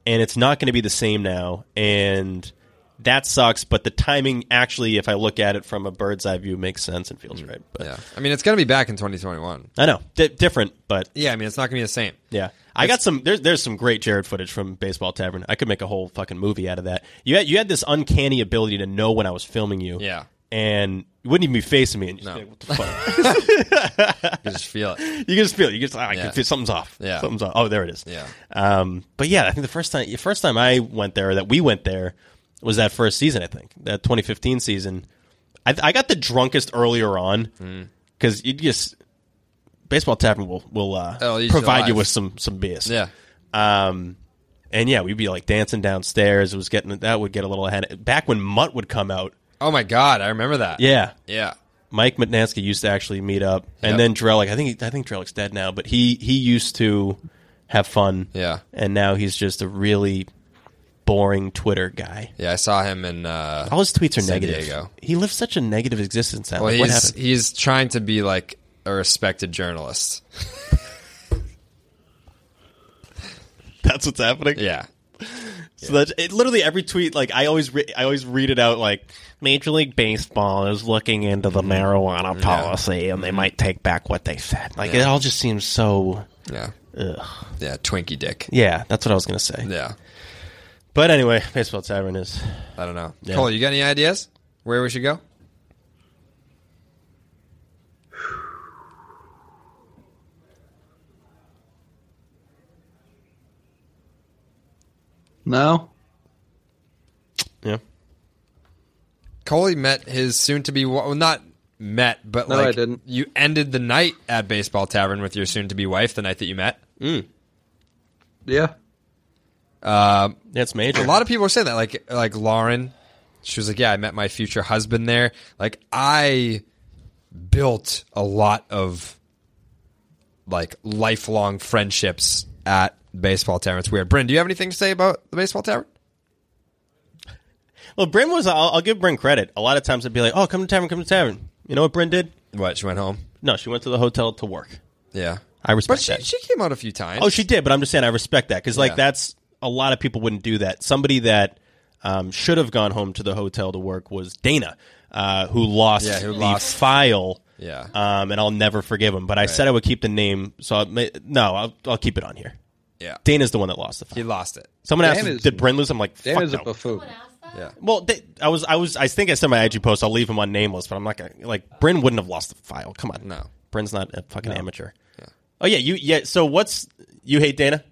E: and it's not going to be the same now, and that sucks. But the timing, actually, if I look at it from a bird's eye view, makes sense and feels right. But
D: Yeah. I mean, it's gonna be back in 2021.
E: I know di different, but
D: Yeah. I mean, it's not gonna be the same.
E: Yeah, I got some. There's there's some great Jared footage from Baseball Tavern. I could make a whole fucking movie out of that. You had you had this uncanny ability to know when I was filming you.
D: Yeah.
E: and you wouldn't even be facing me. And you'd just be like, what the fuck?
D: You just feel it.
E: you can just feel. it. You just ah, I
D: Yeah.
E: can feel something's off.
D: Yeah.
E: something's off. Oh, there it is.
D: Yeah.
E: Um, but yeah, I think the first time the first time I went there, or that we went there, was that first season. I think that 2015 season. I I got the drunkest earlier
D: Mm.
E: on because you just. Baseball Tavern will will uh,
D: Oh, you
E: provide you
D: survive.
E: with some some BS.
D: Yeah.
E: Um, and yeah, we'd be like dancing downstairs. It was getting that would get a little ahead. Back when Mutt would come out,
D: Oh my god, I remember that.
E: yeah,
D: Yeah.
E: Mike Matnansky used to actually meet up,
D: Yep.
E: and then Drellick. I think I think Drellick's dead now, but he he used to have fun.
D: Yeah.
E: and now he's just a really boring Twitter guy.
D: Yeah. I saw him in. Uh,
E: All his tweets are
D: San
E: negative.
D: Diego.
E: He lives such a negative existence now.
D: well,
E: Like, what
D: he's
E: happened?
D: he's trying to be like a respected journalist.
E: That's what's happening.
D: Yeah.
E: So that it, literally every tweet, like I always, re- I always read it out. Like Major League Baseball is looking into
D: Mm-hmm.
E: the marijuana policy, and they might take back what they said. Like it all just seems so.
D: Yeah. Yeah. Twinkie dick.
E: Yeah, that's what I was gonna say.
D: Yeah.
E: But anyway, baseball tavern is.
D: I don't know. Cole, you got any ideas where we should go?
F: No?
E: Yeah,
D: Coley met his soon-to-be wa- well, not met, but
F: No,
D: like
F: I didn't.
D: you ended the night at Baseball Tavern with your soon-to-be wife the night that you met.
F: Yeah.
E: that's major.
D: A lot of people are saying that, like like Lauren, she was like, "Yeah, I met my future husband there." Like I built a lot of like lifelong friendships at Baseball Tavern. It's weird. Bryn, do you have anything to say about the Baseball Tavern?
E: well, Bryn was. I'll, I'll give Bryn credit. A lot of times I'd be like, "Oh, come to tavern, come to tavern." You know what Bryn did?
D: What? She went home.
E: No, she went to the hotel to work.
D: Yeah,
E: I respect
D: But she
E: that.
D: she came out a few times.
E: Oh, she did, but I'm just saying I respect that because
D: Yeah.
E: like that's a lot of people wouldn't do that. Somebody that um, should have gone home to the hotel to work was Dana, uh, who lost
D: Yeah, who
E: the
D: lost.
E: file.
D: Yeah.
E: um, and I'll never forgive him. But I said I would keep the name, so I may, no, I'll, I'll keep it on here.
D: yeah.
E: Dana's the one that lost the file.
D: He lost it.
E: Someone asked,
F: Dana's-
E: "Did Bryn lose?" I'm like,
F: Dan
E: "Fuck
F: is a
E: no."
F: buffoon.
D: Yeah.
E: Well, they, I was, I was, I think I said my IG post. I'll leave him on nameless, but I'm not gonna like. Bryn wouldn't have lost the file. Come on,
D: No.
E: Bryn's not a fucking amateur. Oh yeah, you yeah. So what's you hate Dana?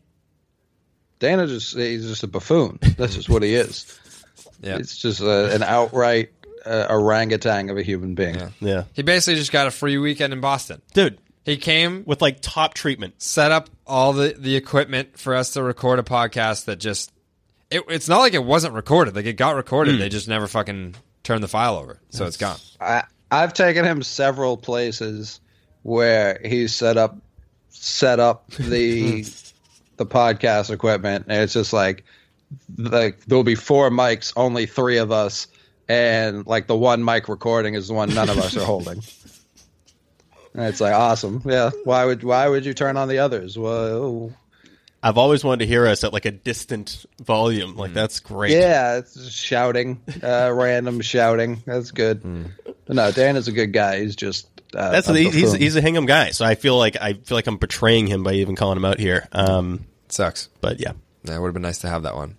F: Dana just he's just a buffoon. That's just what he (laughs) is.
D: Yeah.
F: It's just uh an outright uh, orangutan of a human being.
E: Yeah,
D: He basically just got a free weekend in Boston.
E: dude,
D: He came,
E: with like top treatment.
D: set up all the, the equipment for us to record a podcast that just. It, it's not like it wasn't recorded. Like it got
E: Hmm.
D: recorded. They just never fucking turned the file over. So it's gone.
F: I I've taken him several places where he's set up set up
E: (laughs)
F: the the podcast equipment and it's just like like there'll be four mics, only three of us, and like the one mic recording is the one none of us are
E: (laughs)
F: holding. And it's like awesome. Yeah. Why would why would you turn on the others? Well
E: I've always wanted to hear us at like a distant volume.
D: Mm-hmm.
E: Like that's great.
F: Yeah, it's just shouting, uh, random shouting. That's good. No, Dan is a good guy. He's just uh,
E: Hmm. That's
F: a
E: he- he's
F: buffoon.
E: he's a Hingham guy, so I feel like I feel like I'm betraying him by even calling him out here. Um,
D: sucks.
E: but yeah,
D: Yeah, it would have been nice to have that one.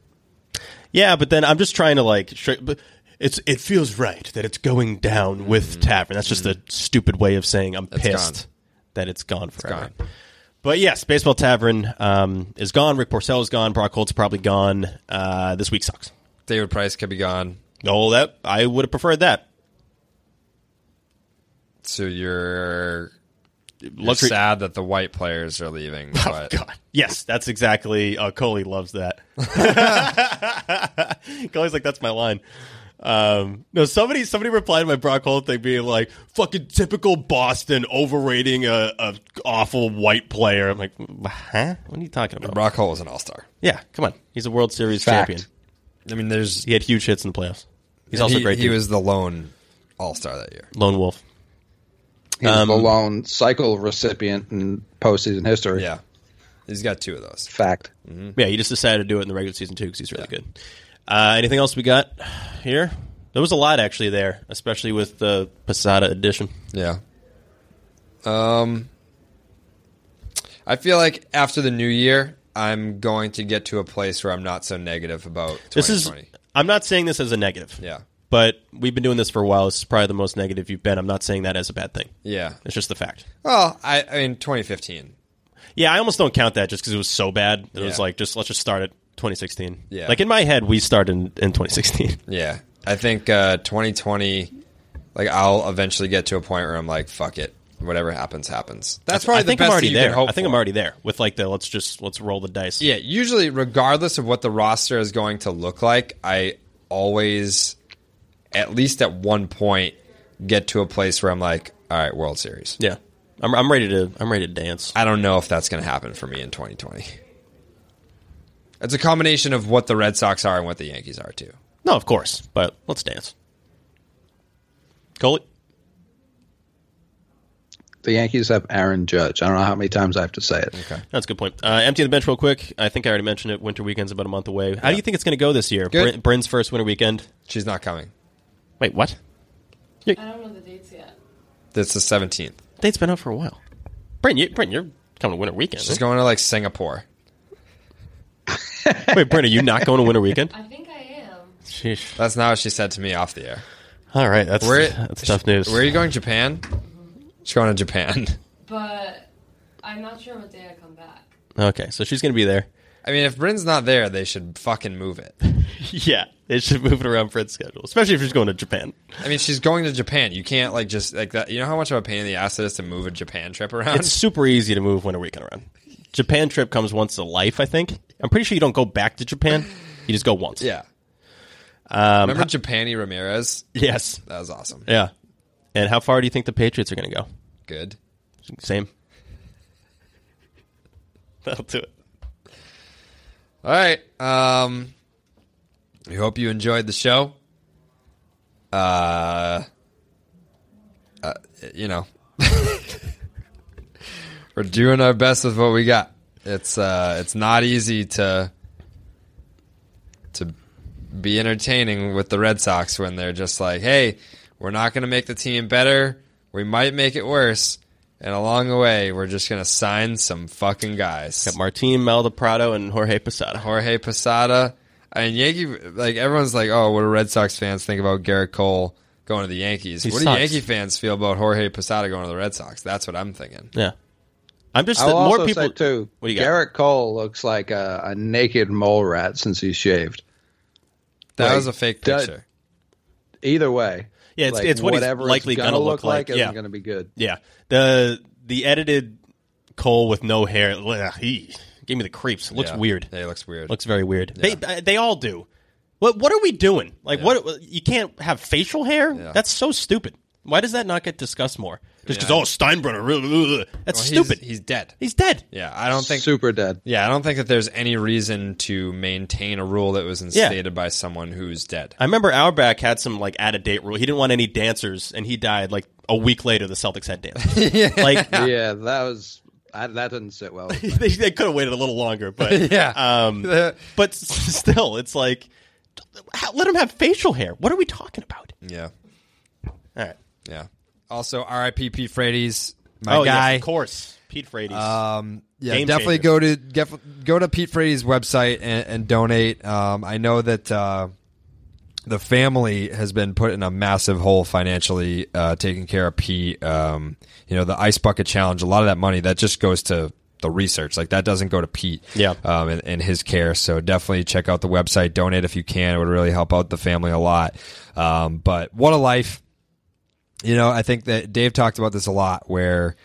E: yeah. But then I'm just trying to like, stri- but it's it feels right that it's going down with Tavern. That's just a stupid way of saying I'm pissed
D: Mm-hmm. gone.
E: that it's gone forever.
D: gone.
E: But yes, Baseball Tavern um, is gone. Rick Porcell is gone. Brock Holt's probably gone. Uh, this week sucks.
D: David Price could be gone.
E: Oh, that I would have preferred that.
D: So you're, you're
E: Luxury-
D: sad that the white players are leaving.
E: (laughs) Oh
D: But
E: God! Yes, that's exactly. Uh, Coley loves that. (laughs) Coley's like, "That's my line." Um, no, somebody somebody replied to my Brock Holt thing, being like, "Fucking typical Boston, overrating a, a awful white player." I'm like, "Huh? What are you talking about?"
D: Brock Hole is an all star.
E: Yeah, come on. He's a World Series
F: Fact.
E: champion.
D: I mean, there's
E: He had huge hits in the playoffs. He's also
D: he,
E: a great.
D: He
E: dude.
D: was the lone all star that year.
E: lone wolf.
F: He's
E: Um,
F: the lone cycle recipient in postseason history.
D: Yeah, he's got two of those.
F: Fact.
D: Mm-hmm.
E: Yeah, he just decided to do it in the regular season too because he's really good. Uh, anything else we got here? There was a lot actually there, especially with the Posada edition.
D: Yeah. Um, I feel like after the new year, I'm going to get to a place where I'm not so negative about. 2020.
E: This is. I'm not saying this as a negative.
D: Yeah.
E: But we've been doing this for a while. This is probably the most negative you've been. I'm not saying that as a bad thing.
D: Yeah.
E: It's just the fact.
D: Well, I, I mean, 2015.
E: Yeah, I almost don't count that just because it was so bad. It was
D: Yeah.
E: like just let's just start at 2016.
D: Yeah.
E: Like in my head, we started in, in 2016.
D: Yeah, I think uh, 2020. Like, I'll eventually get to a point where I'm like, fuck it. Whatever happens, happens. That's probably
E: I think
D: the best
E: I'm already
D: that you
E: there.
D: Can hope
E: I think
D: for.
E: I'm already there with like the let's just let's roll the dice.
D: Yeah, usually, regardless of what the roster is going to look like, I always, at least at one point, get to a place where I'm like, all right, World Series.
E: Yeah. I'm, I'm ready to I'm ready to dance.
D: I don't know if that's going to happen for me in 2020. It's a combination of what the Red Sox are and what the Yankees are, too.
E: No, of course, but let's dance. Coley,
F: The Yankees have Aaron Judge. I don't know how many times I have to say it. Okay.
E: that's a good point. Uh, empty the bench real quick. I think I already mentioned it. Winter weekend's about a month away. How do you think it's going to go this year?
D: Good.
E: Bryn, Bryn's first winter weekend.
D: She's not coming.
E: Wait, what?
G: I don't know the dates yet.
D: It's the 17th.
E: Date's been out for a while. Bryn, you, Bryn, you're coming to winter weekend.
D: She's
E: right?
D: going to like Singapore.
E: Wait, Bryn, are you not going to winter weekend?
G: I think I am.
E: (laughs) Sheesh.
D: That's not what she said to me off the air.
E: All right, that's
D: Where,
E: (laughs) that's tough news.
D: Where are you going? Japan? She's going to Japan. (laughs)
G: But I'm not sure what day I come back.
E: okay, so she's going to be there.
D: I mean, if Bryn's not there, they should fucking move it.
E: (laughs) Yeah, they should move it around Bryn's schedule, especially if she's going to Japan.
D: I mean, she's going to Japan. You can't like just like that. You know how much of a pain in the ass it is to move a Japan trip around.
E: It's super easy to move winter weekend around. Japan trip comes once a life, I think. I'm pretty sure you don't go back to Japan. You just go once.
D: (laughs) yeah.
E: Um,
D: Remember Japani Ramirez?
E: Yes.
D: That was awesome.
E: Yeah. And how far do you think the Patriots are going to go?
D: Good.
E: Same. That'll do it.
D: All right. Um, we hope you enjoyed the show. Uh, uh you know, (laughs) we're doing our best with what we got. It's uh, it's not easy to to be entertaining with the Red Sox when they're just like, hey, we're not going to make the team better. We might make it worse. And along the way, we're just going to sign some fucking guys.
E: Got Martin Maldonado and Jorge Posada.
D: Jorge Posada. And Yankee, like everyone's like, oh, what do Red Sox fans think about Garrett Cole going to the Yankees?
E: He
D: what do
E: sucks.
D: Yankee fans feel about Jorge Posada going to the Red Sox? That's what I'm thinking.
E: Yeah, I'm just
F: I'll
E: more
F: also
E: people
F: say too.
E: What do you got?
F: Garrett Cole looks like a, a naked mole rat since he's shaved.
D: That
F: Like,
D: was a fake
F: does-
D: picture.
F: Either way,
E: Yeah, it's-
F: like,
E: it's what he's
F: whatever
E: likely
F: it's gonna,
E: gonna
F: look
E: look like,
F: like. isn't
E: yeah.
F: going to be good.
E: Yeah, the the edited Cole with no hair. ugh, he gave me the creeps. Looks
D: Yeah.
E: weird.
D: Yeah, it looks weird.
E: Looks very weird. They they all do. What what are we doing? Like what you can't have facial hair? That's so stupid. Why does that not get discussed more? Just because
D: Yeah.
E: oh Steinbrenner, ugh, ugh, that's
D: Well, he's-
E: stupid.
D: He's, dead.
E: He's dead.
D: Yeah, I don't think.
F: Super dead.
D: Yeah, I don't think that there's any reason to maintain a rule that was instated by someone who's dead.
E: I remember Auerbach had some like out of date rule. He didn't want any dancers, and he died like a week later. The Celtics
D: (laughs)
E: had dancers. Like (laughs)
F: Yeah, that was I, that didn't sit well. with me.
E: they, they could have waited a little longer,
D: (laughs)
E: but
D: Yeah.
E: um, but s- still, it's like how- let him have facial hair. What are we talking about?
D: Yeah,
E: All right,
D: yeah. Also, R.I.P. Pete Frates, my
E: oh
D: guy.
E: yes, of course, Pete Frates.
D: Um, yeah,
E: Game
D: definitely
E: changer.
D: go to def- go to Pete Frady's website and, and donate. Um, I know that uh, the family has been put in a massive hole financially, uh, taking care of Pete. Um, you know, the ice bucket challenge. A lot of that money that just goes to the research. Like that doesn't go to Pete.
E: Yeah.
D: Um, and, and his care. So definitely check out the website. Donate if you can. It would really help out the family a lot. Um, but what a life. You know, I think that Dave talked about this a lot where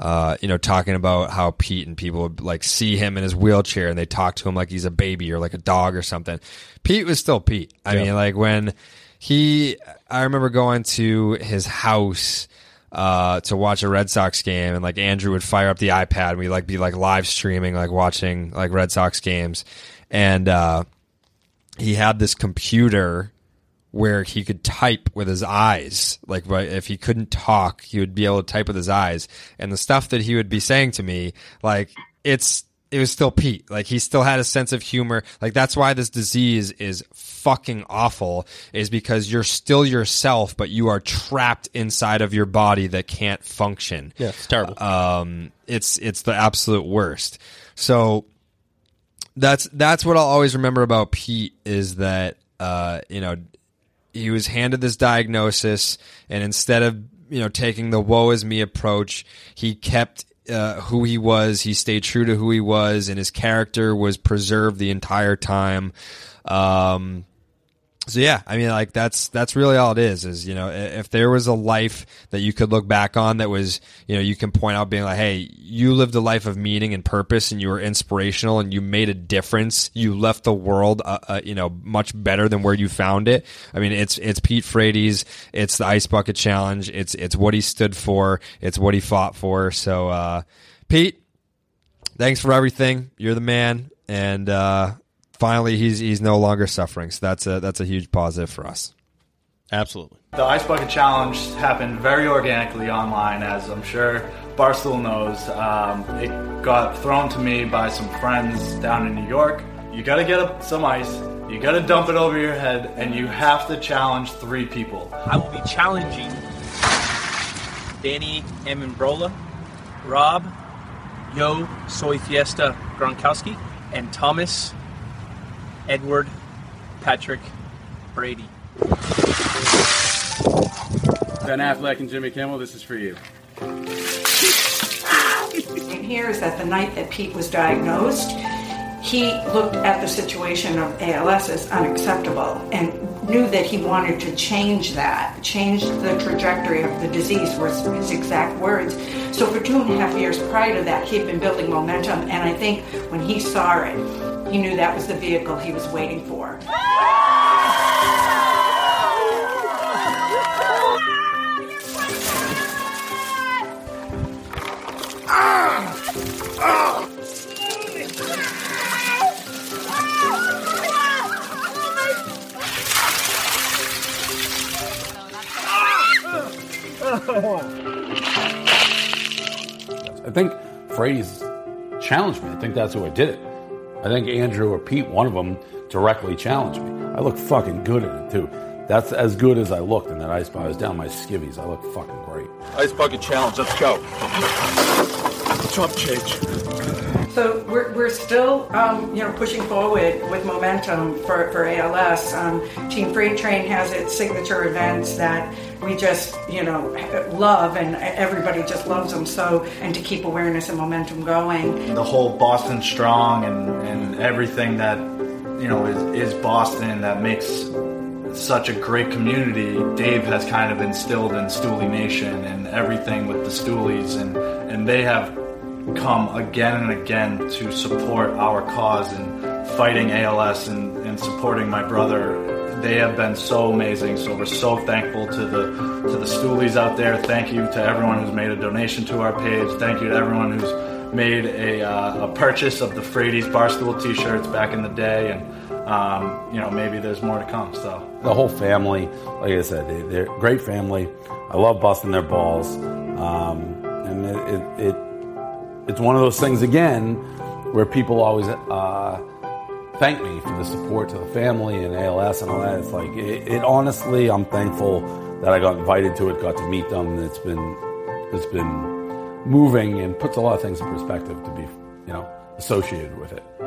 D: uh, you know, talking about how Pete and people would like see him in his wheelchair and they talk to him like he's a baby or like a dog or something. Pete was still Pete. I mean, like when he, I remember going to his house uh, to watch a Red Sox game and like Andrew would fire up the iPad and we'd like be like live streaming, like watching like Red Sox games. And, uh, he had this computer where he could type with his eyes. Like but if he couldn't talk, he would be able to type with his eyes. And the stuff that he would be saying to me, like it's it was still Pete. Like he still had a sense of humor. Like that's why this disease is fucking awful is because you're still yourself, but you are trapped inside of your body that can't function.
E: yeah, it's terrible.
D: Um, it's it's the absolute worst. So that's that's what I'll always remember about Pete is that uh, you know he was handed this diagnosis, and instead of you know taking the "woe is me" approach, he kept. Uh, who he was, he stayed true to who he was, and his character was preserved the entire time. Um, so yeah, I mean, like that's that's really all it is. Is you know, i- if there was a life that you could look back on that was, you know, you can point out being like, hey, you lived a life of meaning and purpose, and you were inspirational, and you made a difference. You left the world, uh, uh, you know, much better than where you found it. I mean, it's it's Pete Frates, it's the Ice Bucket Challenge, it's it's what he stood for, it's what he fought for. So, uh, Pete, thanks for everything. You're the man. And uh, finally, he's he's no longer suffering. So that's a that's a huge positive for us.
E: Absolutely.
H: The Ice Bucket Challenge happened very organically online, as I'm sure Barstool knows. Um, it got thrown to me by some friends down in New York. You gotta get up some ice, you gotta dump it over your head, and you have to challenge three people.
I: I will be challenging Danny Amenbrola, Rob Yo Soy Fiesta Gronkowski, and Thomas Edward Patrick Brady.
J: Ben Affleck and Jimmy Kimmel, this is for you.
K: in here is that the night that Pete was diagnosed, he looked at the situation of ALS as unacceptable and knew that he wanted to change that, change the trajectory of the disease, were his exact words. So for two and a half years prior to that, he'd been building momentum, and I think when he saw it, he knew that was the vehicle he was waiting for.
J: I think Frady's challenged me. I think that's who I did it. I think Andrew or Pete, one of them, directly challenged me. I look fucking good in it, too. That's as good as I looked in that ice bucket. I was down my skivvies. I look fucking great.
I: Ice Bucket Challenge, let's go. Trump change.
K: So we're, we're still, um, you know, pushing forward with momentum for, for ALS. Um, Team Freight Train has its signature events that we just, you know, love, and everybody just loves them. So, and to keep awareness and momentum going.
H: The whole Boston Strong and, and everything that, you know, is, is Boston that makes such a great community, Dave has kind of instilled in Stooley Nation and everything with the Stoolies, and, and they have come again and again to support our cause and fighting ALS and, and supporting my brother. They have been so amazing, so we're so thankful to the to the Stoolies out there. Thank you to everyone who's made a donation to our page. Thank you to everyone who's made a, uh, a purchase of the Frades Barstool T-shirts back in the day, and um, you know maybe there's more to come. So.
J: the whole family, like I said, they, they're a great family. I love busting their balls, um, and it, it, it it's one of those things again where people always uh, thank me for the support to the family and ALS and all that. It's like it, it honestly, I'm thankful that I got invited to it, got to meet them, and it's been it's been moving and puts a lot of things in perspective to be you know associated with it.